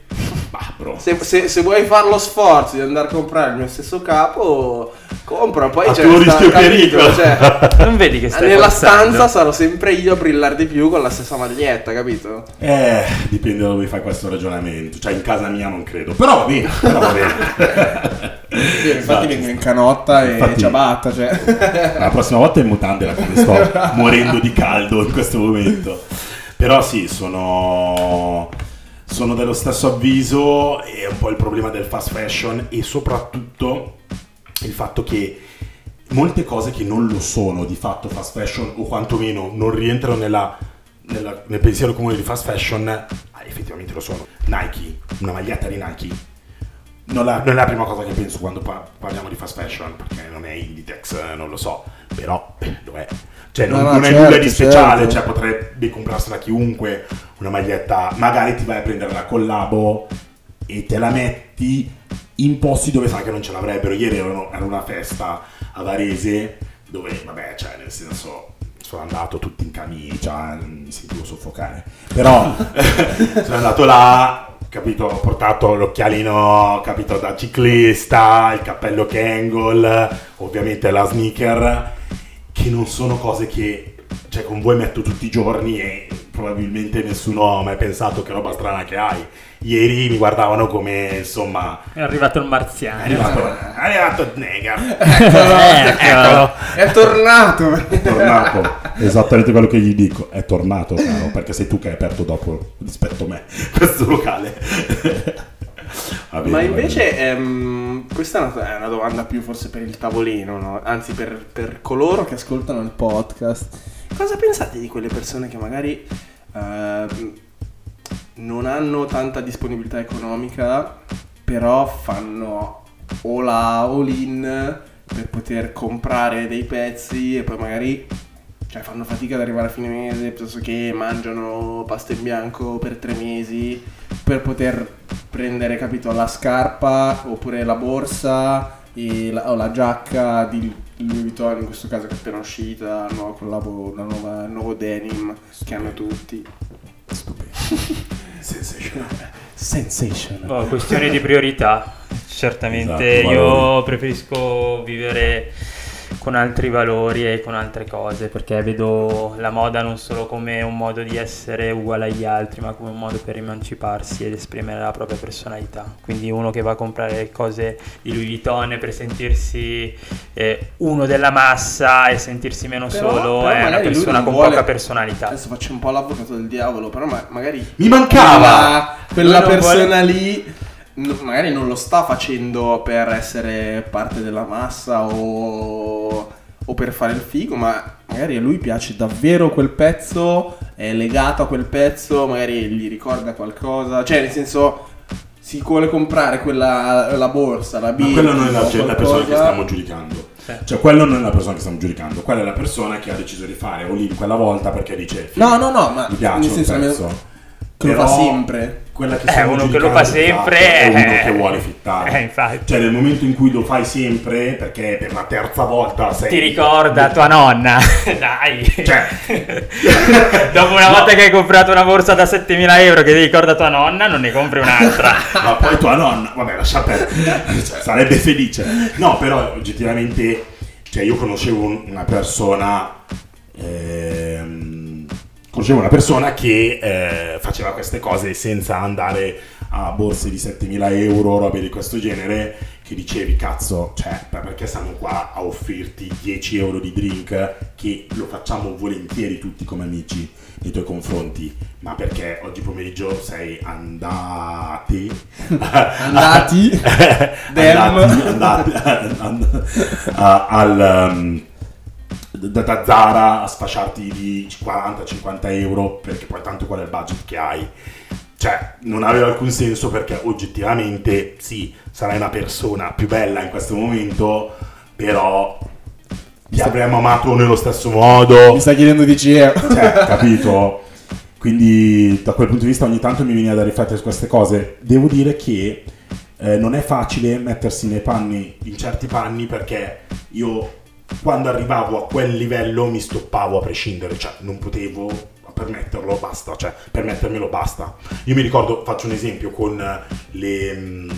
[SPEAKER 3] Bah, bro.
[SPEAKER 2] se, se- se vuoi fare lo sforzo di andare a comprare il mio stesso capo, compra, poi
[SPEAKER 3] A
[SPEAKER 2] c'è
[SPEAKER 3] tuo
[SPEAKER 2] sta-
[SPEAKER 3] rischio e
[SPEAKER 2] capito?
[SPEAKER 3] pericolo.
[SPEAKER 2] Cioè,
[SPEAKER 4] Non vedi che stai
[SPEAKER 2] nella
[SPEAKER 4] forzando?
[SPEAKER 2] stanza sarò sempre io a brillare di più con la stessa maglietta, capito?
[SPEAKER 3] Eh, dipende da dove fai questo ragionamento. Cioè, in casa mia non credo. Però va bene, però va bene.
[SPEAKER 8] Sì, infatti
[SPEAKER 3] Esatto.
[SPEAKER 8] vengo in canotta e
[SPEAKER 3] Infatti-
[SPEAKER 8] ciabatta, cioè.
[SPEAKER 3] La prossima volta è in mutande la come sto morendo di caldo in questo momento. Però sì, sono, sono dello stesso avviso, è un po' il problema del fast fashion e soprattutto il fatto che molte cose che non lo sono di fatto fast fashion o quantomeno non rientrano nella- nella- nel pensiero comune di fast fashion, ah, effettivamente lo sono. Nike, una maglietta di Nike non, la- non è la prima cosa che penso quando par- parliamo di fast fashion, perché non è Inditex, eh, non lo so, però eh, lo è. Cioè, non,
[SPEAKER 8] No, no,
[SPEAKER 3] non è
[SPEAKER 8] certo,
[SPEAKER 3] nulla di speciale,
[SPEAKER 8] certo.
[SPEAKER 3] cioè potrebbe comprarsela chiunque una maglietta, magari ti vai a prendere la collabo e te la metti in posti dove sai che non ce l'avrebbero. Ieri erano- era una festa a Varese dove, vabbè, cioè, nel senso, sono andato tutti in camicia, mi sentivo soffocare. Però sono andato là, capito, ho portato l'occhialino, capito, da ciclista, il cappello Kangol, ovviamente la sneaker, che non sono cose che cioè con voi metto tutti i giorni e probabilmente nessuno ha mai pensato che roba strana che hai. Ieri mi guardavano come, insomma,
[SPEAKER 5] Eh,
[SPEAKER 4] È arrivato il
[SPEAKER 3] è
[SPEAKER 4] marziano.
[SPEAKER 3] arrivato, è arrivato il nega.
[SPEAKER 4] Ecco,
[SPEAKER 2] Ecco,
[SPEAKER 4] Eccolo.
[SPEAKER 2] È tornato!
[SPEAKER 5] È tornato. Esattamente quello che gli dico. È tornato, caro, perché sei tu che hai aperto dopo rispetto a me.
[SPEAKER 3] questo locale.
[SPEAKER 5] Va bene,
[SPEAKER 2] Ma
[SPEAKER 5] va bene.
[SPEAKER 2] invece ehm, questa è una, è una domanda più forse per il tavolino, no? anzi per, per coloro che ascoltano il podcast. Cosa pensate di quelle persone che magari ehm, non hanno tanta disponibilità economica, però fanno o la all in per poter comprare dei pezzi e poi magari cioè, fanno fatica ad arrivare a fine mese, piuttosto che mangiano pasta in bianco per tre mesi per poter prendere, capito, la scarpa oppure la borsa e la- o la giacca di Louis Vuitton, in questo caso che è appena uscita, il nuovo collabo, la nuova, il nuovo denim che hanno tutti. Sensation.
[SPEAKER 4] Oh, questione di priorità. Certamente
[SPEAKER 5] Esatto,
[SPEAKER 4] io
[SPEAKER 5] valori.
[SPEAKER 4] preferisco vivere con altri valori e con altre cose perché vedo la moda non solo come un modo di essere uguale agli altri, ma come un modo per emanciparsi ed esprimere la propria personalità. Quindi uno che va a comprare cose di Louis Vuitton per sentirsi eh, uno della massa e sentirsi meno
[SPEAKER 2] Però-
[SPEAKER 4] solo
[SPEAKER 2] però
[SPEAKER 4] è una
[SPEAKER 2] magari lui
[SPEAKER 4] persona
[SPEAKER 2] non
[SPEAKER 4] con
[SPEAKER 2] vuole-
[SPEAKER 4] poca personalità.
[SPEAKER 2] Adesso faccio un po' l'avvocato del diavolo, però ma- magari
[SPEAKER 3] Mi mancava!
[SPEAKER 2] quella, quella
[SPEAKER 4] Lui non vuole-
[SPEAKER 2] persona lì n- magari non lo sta facendo per essere parte della massa o, o per fare il figo, ma magari a lui piace davvero quel pezzo, è legato a quel pezzo, magari gli ricorda qualcosa, cioè nel senso si vuole comprare quella la borsa, la
[SPEAKER 3] Ma
[SPEAKER 2] birra,
[SPEAKER 3] quella non è la,
[SPEAKER 2] o
[SPEAKER 3] la persona
[SPEAKER 2] qualcosa.
[SPEAKER 3] che stiamo giudicando. Cioè, quella non è la persona che stiamo giudicando, quella è la persona che ha deciso di fare Olin quella volta perché dice:
[SPEAKER 2] No, no, no, ma
[SPEAKER 3] Mi piace
[SPEAKER 2] nel
[SPEAKER 3] un
[SPEAKER 2] senso,
[SPEAKER 3] pezzo.
[SPEAKER 2] che lo
[SPEAKER 3] Però
[SPEAKER 2] fa sempre.
[SPEAKER 3] Quella che
[SPEAKER 4] Eh,
[SPEAKER 3] stiamo
[SPEAKER 4] uno che lo
[SPEAKER 3] giudicando
[SPEAKER 4] fa sempre
[SPEAKER 3] esatto, è
[SPEAKER 4] eh,
[SPEAKER 3] uno che vuole fittare.
[SPEAKER 4] eh, infatti.
[SPEAKER 3] Cioè, nel momento in cui lo fai sempre, perché per la terza volta sei.
[SPEAKER 4] Ti ricorda tua nonna? Dai,
[SPEAKER 3] Cioè.
[SPEAKER 4] dopo una
[SPEAKER 3] No.
[SPEAKER 4] volta che hai comprato una borsa da 7000 euro che ti ricorda tua nonna, non ne compri un'altra.
[SPEAKER 3] Ma poi tua nonna, vabbè, lascia perdere, Cioè, sarebbe felice. No, però oggettivamente, cioè, io conoscevo un- una persona. ehm, conoscevo una persona che eh, faceva queste cose senza andare a borse di 7000 euro, robe di questo genere, che dicevi, cazzo, cioè, ma perché siamo qua a offrirti 10 euro di drink che lo facciamo volentieri tutti come amici nei tuoi confronti, ma perché oggi pomeriggio sei andati
[SPEAKER 2] Andati? Damn.
[SPEAKER 3] andati, andati and- a- eh, al um, da, da Zara a sfasciarti di 40-50 euro perché poi tanto qual è il budget che hai cioè non aveva alcun senso perché oggettivamente sì sarai una persona più bella in questo momento però ti avremmo amato nello stesso modo
[SPEAKER 6] Mi sta chiedendo 10 euro.
[SPEAKER 3] cioè,
[SPEAKER 5] capito? Quindi da quel punto di vista ogni tanto mi viene da riflettere su queste cose. Devo dire che eh, non è facile mettersi nei panni.
[SPEAKER 3] in certi panni perché io quando arrivavo a quel livello mi stoppavo a prescindere, cioè non potevo permetterlo, basta, cioè permettermelo basta. Io mi ricordo, faccio un esempio con le mm,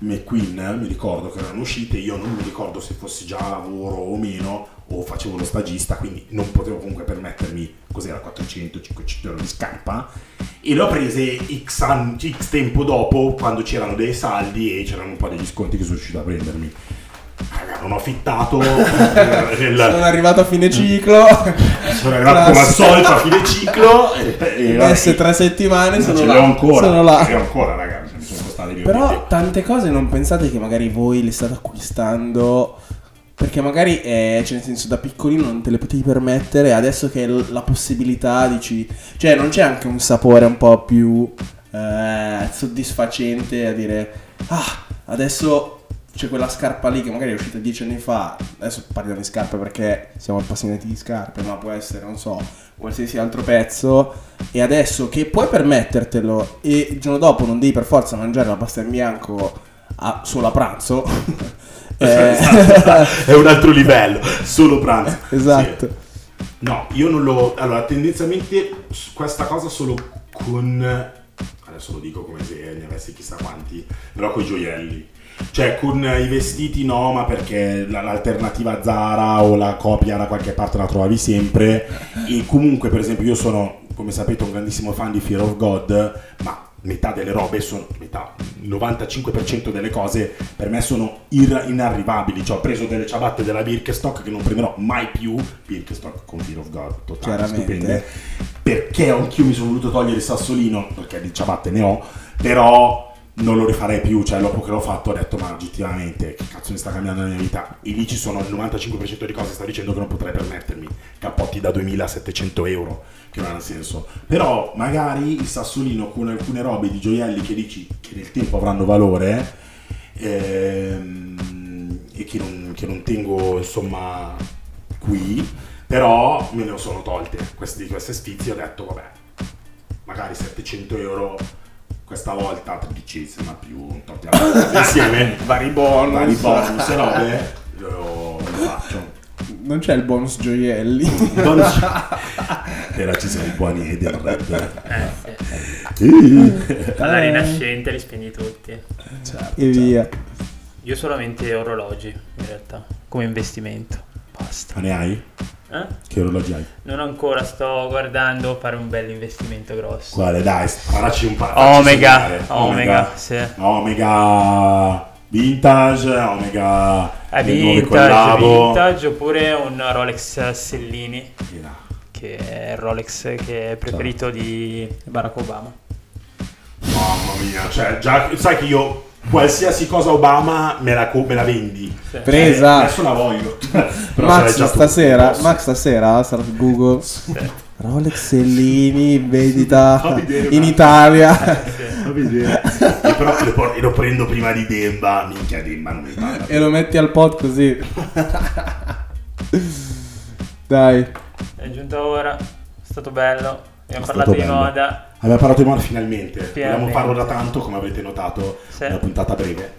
[SPEAKER 3] McQueen, eh, mi ricordo che erano uscite, io non mi ricordo se fossi già a lavoro o meno o facevo lo stagista, quindi non potevo comunque permettermi cos'era 400, 500 euro di scarpa e le ho prese X, an- X tempo dopo quando c'erano dei saldi e c'erano un po' degli sconti che sono riuscito a prendermi. Raga, non ho fittato eh,
[SPEAKER 2] Sono
[SPEAKER 3] nel,
[SPEAKER 2] arrivato a fine ciclo.
[SPEAKER 3] sono arrivato come al solito a fine ciclo e, e- e-
[SPEAKER 2] Messe Eh, tre settimane
[SPEAKER 3] non
[SPEAKER 2] sono
[SPEAKER 3] ce
[SPEAKER 2] là.
[SPEAKER 3] l'ho ancora
[SPEAKER 2] Sono là.
[SPEAKER 3] ce l'ho ancora raga mi sono costate dei
[SPEAKER 2] Però
[SPEAKER 3] obiettivi.
[SPEAKER 2] tante cose non pensate che magari voi le state acquistando perché magari, eh, cioè nel senso, da piccolino non te le potevi permettere, adesso che l- la possibilità dici... Cioè non c'è anche un sapore un po' più eh, soddisfacente a dire... Ah, adesso c'è quella scarpa lì che magari è uscita dieci anni fa, adesso parliamo di scarpe perché siamo appassionati di scarpe, ma può essere, non so, qualsiasi altro pezzo e adesso che puoi permettertelo e il giorno dopo non devi per forza mangiare la pasta in bianco a- solo a pranzo eh,
[SPEAKER 3] è un altro livello solo pranzo
[SPEAKER 2] esatto
[SPEAKER 3] Sì. no io non lo allora tendenzialmente s- questa cosa solo con adesso lo dico come se ne avessi chissà quanti però con i gioielli Cioè, con i vestiti no, ma perché la- l'alternativa Zara o la copia da qualche parte la trovavi sempre. E comunque, per esempio, io sono, come sapete, un grandissimo fan di Fear of God, ma metà delle robe sono, metà, il 95% delle cose per me sono ir- inarrivabili. Cioè, ho preso delle ciabatte della Birkenstock che non prenderò mai più. Birkenstock con Fear of God, totale,
[SPEAKER 6] Chiaramente.
[SPEAKER 3] stupende. Perché anch'io mi sono voluto togliere il sassolino, perché di ciabatte ne ho, però non lo rifarei più, cioè dopo che l'ho fatto ho detto ma oggettivamente che cazzo mi sta cambiando la mia vita e lì ci sono il 95% di cose che sta dicendo che non potrei permettermi cappotti da 2700 euro che non ha senso però magari il sassolino con alcune robe di gioielli che dici che nel tempo avranno valore ehm, e che non, che non tengo insomma qui però me ne sono tolte queste, di queste sfizie ho detto vabbè magari 700 euro questa volta tredicesima più un tot di altre insieme
[SPEAKER 2] Vari bonus.
[SPEAKER 3] vari bonus e robe lo, lo faccio
[SPEAKER 6] Non c'è il bonus gioielli.
[SPEAKER 3] bonus era ci sono i buoni e del rap
[SPEAKER 4] Eh, Alla rinascente li spegni tutti.
[SPEAKER 6] e via.
[SPEAKER 4] Io solamente orologi, in realtà, come investimento. Basta.
[SPEAKER 3] ma ne hai?
[SPEAKER 4] Eh?
[SPEAKER 3] che orologi hai?
[SPEAKER 4] Non ancora, sto guardando fare un bel investimento grosso.
[SPEAKER 3] quale dai sparaci un par
[SPEAKER 4] Omega,
[SPEAKER 3] facci sognare.
[SPEAKER 4] Omega, sì.
[SPEAKER 3] Omega vintage Omega
[SPEAKER 4] È
[SPEAKER 3] le nuove
[SPEAKER 4] Eh, vintage,
[SPEAKER 3] collabo.
[SPEAKER 4] vintage oppure un Rolex Sellini,
[SPEAKER 3] Sì, là.
[SPEAKER 4] che è il Rolex che è preferito di Barack Obama.
[SPEAKER 3] Mamma mia, cioè, già, sai che io qualsiasi cosa Obama me la, co- me la vendi.
[SPEAKER 4] Sì.
[SPEAKER 6] Presa.
[SPEAKER 3] Eh, Adesso la voglio. Però sai
[SPEAKER 6] Max
[SPEAKER 3] già tu.
[SPEAKER 6] stasera,
[SPEAKER 3] Posso.
[SPEAKER 6] Max stasera sarà su Google. Rolex Sellini in vendita in Italia.
[SPEAKER 3] E però le por- e lo prendo prima di Demba. Minchia Demba non mi parla.
[SPEAKER 6] e lo metti al pot così. Dai.
[SPEAKER 4] È giunta ora, è stato bello, abbiamo
[SPEAKER 3] È stato
[SPEAKER 4] parlato di
[SPEAKER 3] bello.
[SPEAKER 4] moda.
[SPEAKER 3] Abbiamo parlato di moda finalmente. Dobbiamo
[SPEAKER 4] Finalmente.
[SPEAKER 3] farlo da tanto, come avete notato,
[SPEAKER 4] Sì.
[SPEAKER 3] una puntata breve.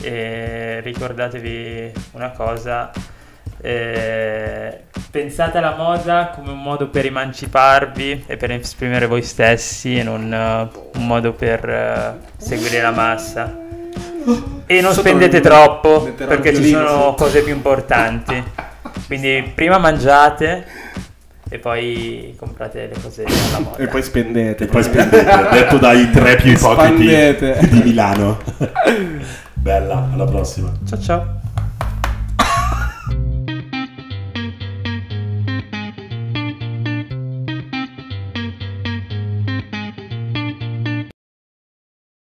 [SPEAKER 4] E ricordatevi una cosa, eh, pensate alla moda come un modo per emanciparvi e per esprimere voi stessi e non eh, un modo per eh, seguire la massa. E non
[SPEAKER 2] Sotto
[SPEAKER 4] spendete
[SPEAKER 2] il-
[SPEAKER 4] troppo
[SPEAKER 2] metterò il
[SPEAKER 4] perché ci
[SPEAKER 2] violino
[SPEAKER 4] sono
[SPEAKER 2] sotto.
[SPEAKER 4] cose più importanti. Quindi prima mangiate e poi comprate le cose alla moda.
[SPEAKER 2] E poi spendete.
[SPEAKER 3] E poi spendete, detto dai tre più ipocriti
[SPEAKER 6] Spandete.
[SPEAKER 3] di Milano. Bella, alla prossima.
[SPEAKER 4] Ciao ciao.